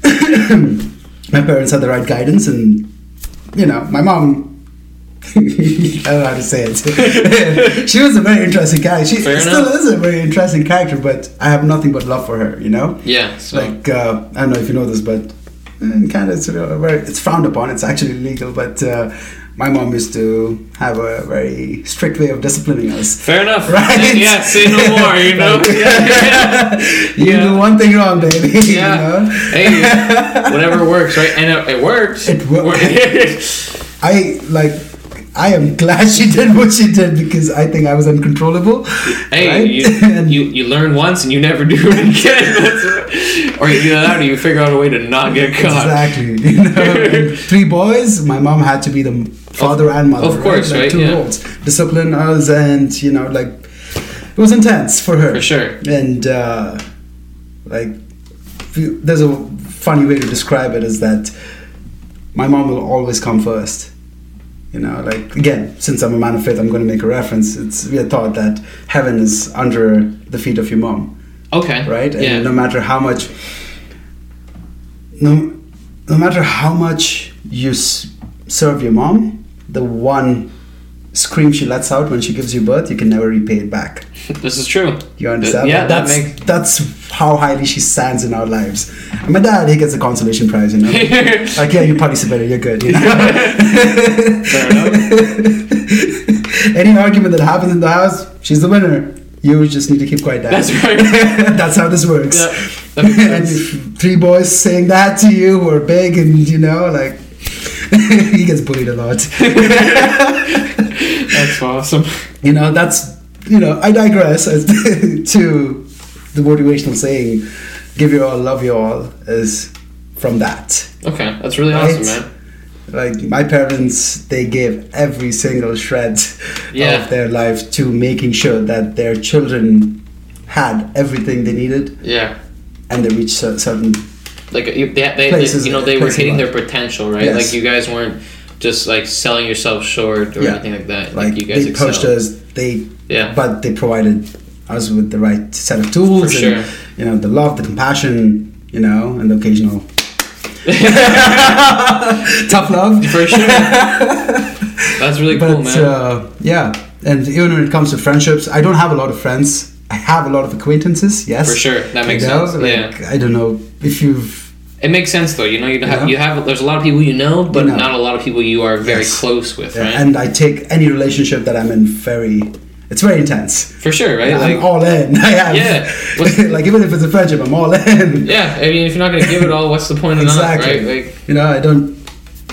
my parents had the right guidance, and you know, my mom. I don't know how to say it. she was a very interesting character. She
Fair
still
enough.
is a very interesting character, but I have nothing but love for her. You know.
yeah. So
like uh, I don't know if you know this, but in Canada it's uh, very it's frowned upon. It's actually illegal, but uh, my mom used to have a very strict way of disciplining us.
fair enough.
Right?
Yeah. Say no more. You know. Yeah, yeah.
you
Yeah.
do one thing wrong, baby. you
Yeah.
know?
Hey, whatever works, right? And it, it works.
It wo-
works.
I like. I am glad she did what she did because I think I was uncontrollable.
hey,
right?
you,
And-
you you learn once and you never do it again. That's right. Or you do that, or you figure out a way to not get caught.
Exactly. You know, and three boys. My mom had to be the father and mother.
of course,
Like
right?
Two
Yeah.
roles. Discipline us, and you know, like it was intense for her.
For sure.
And uh, like, few- there's a funny way to describe it is that my mom will always come first. You know, like again, since I'm a man of faith, I'm going to make a reference. It's we are taught that heaven is under the feet of your mom
Okay.
right? And
Yeah.
no matter how much, no, no matter how much you s- serve your mom, the one scream she lets out when she gives you birth, you can never repay it back.
This is true.
You understand?
Yeah, that
that's,
makes.
that's how highly she stands in our lives. And my dad, he gets a consolation prize, you know? like, yeah, you participated, you're good. You know?
Fair enough.
Any argument that happens in the house, she's the winner. You just need to keep quiet, Dad.
That's right.
That's how this works.
Yeah, that makes
and
sense.
if three boys saying that to you who are big and you know, like, he gets bullied a lot.
That's awesome.
you know, that's, you know, I digress as to the motivational saying, give you all, love you all, is from that.
Okay, that's really
Right?
awesome, man.
Like my parents, they gave every single shred
Yeah.
of their life to making sure that their children had everything they needed
Yeah.
and they reached cer- certain.
like you- they, they,
Places-
you know they were
places
hitting
like-
their potential right
Yes.
like you guys weren't just like selling yourself short or
Yeah.
anything like that like,
Like
you guys
they pushed
excelled.
us, they
yeah
but they provided us with the right set of tools
For sure.
and you know the love, the compassion, you know, and the occasional tough love.
for sure that's really cool
but
man
uh, yeah, and even when it comes to friendships, I don't have a lot of friends. I have a lot of acquaintances. Yes,
For sure. That
You
makes
know,
sense,
Like, I don't know if you've
it makes sense though you know you have
Yeah.
you have there's a lot of people you know but
know.
not a lot of people you are very
Yes.
close with right
uh, and I take any relationship that I'm in very. It's very intense.
for sure right
I'm
like
all in. I am.
Yeah. What's-
like even if it's a friendship, I'm all in.
yeah I mean if you're not gonna give it all what's the point of not
exactly.
right like
you know, I don't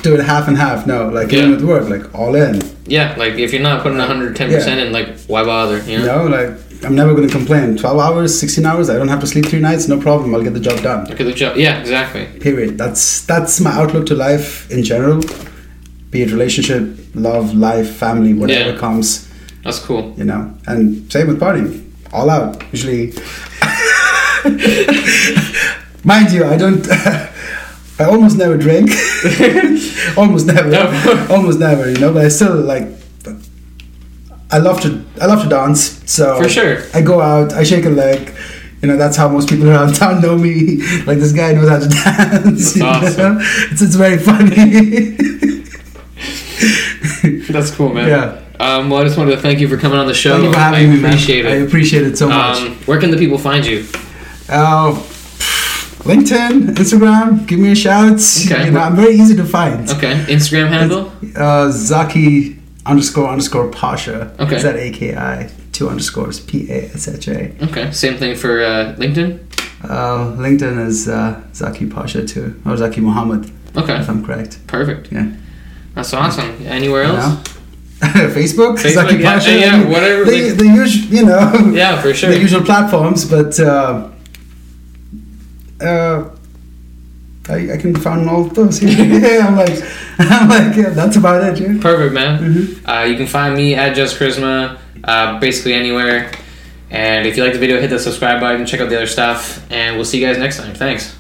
do it half and half. No, like even
Yeah.
with work, like all in.
yeah like if you're not putting 110 percent in like why bother you know
You know, like I'm never going to complain. Twelve hours, sixteen hours. I don't have to sleep three nights. No problem. I'll get the job done.
Look at the job. Yeah, exactly.
Period. That's that's my outlook to life in general. Be it relationship, love, life, family, whatever
Yeah.
comes,
That's cool.
you know. And same with partying, all out. Usually, mind you, I don't. I almost never drink. almost never.
No.
almost never. You know, but I still like. I love to. I love to dance. So
For sure.
I go out. I shake a leg. You know, that's how most people around town know me. Like this guy knows how to dance.
That's
you know?
awesome.
It's it's very funny.
That's cool, man.
Yeah.
Um, well, I just wanted to thank you for coming on the show.
Thank you for having
I
me. man.
appreciate
I
it.
appreciate it so much.
um, where can the people find you?
Uh, LinkedIn, Instagram, give me a shout.
Okay.
You know, I'm very easy to find.
Okay. Instagram handle?
Uh, Zaki underscore underscore Pasha.
Okay.
Is that AKI? Two underscores, P A S H A.
Okay. Same thing for uh, LinkedIn?
Uh, LinkedIn is uh, Zaki Pasha too, or Zaki Muhammad,
Okay.
if I'm correct.
Perfect.
Yeah.
That's awesome. Anywhere else?
No? Facebook,
Facebook,
Zaki
yeah,
Pasha.
yeah, whatever
The,
they-
the usual, you know.
Yeah, for sure.
The usual platforms, but uh, uh, I, I can be found on all those. yeah, I'm like, I'm like, yeah, that's about it. Yeah.
Perfect, man.
Mm-hmm.
Uh, you can find me at Just Charisma, uh, basically anywhere. And if you like the video, hit the subscribe button, check out the other stuff, and we'll see you guys next time. Thanks.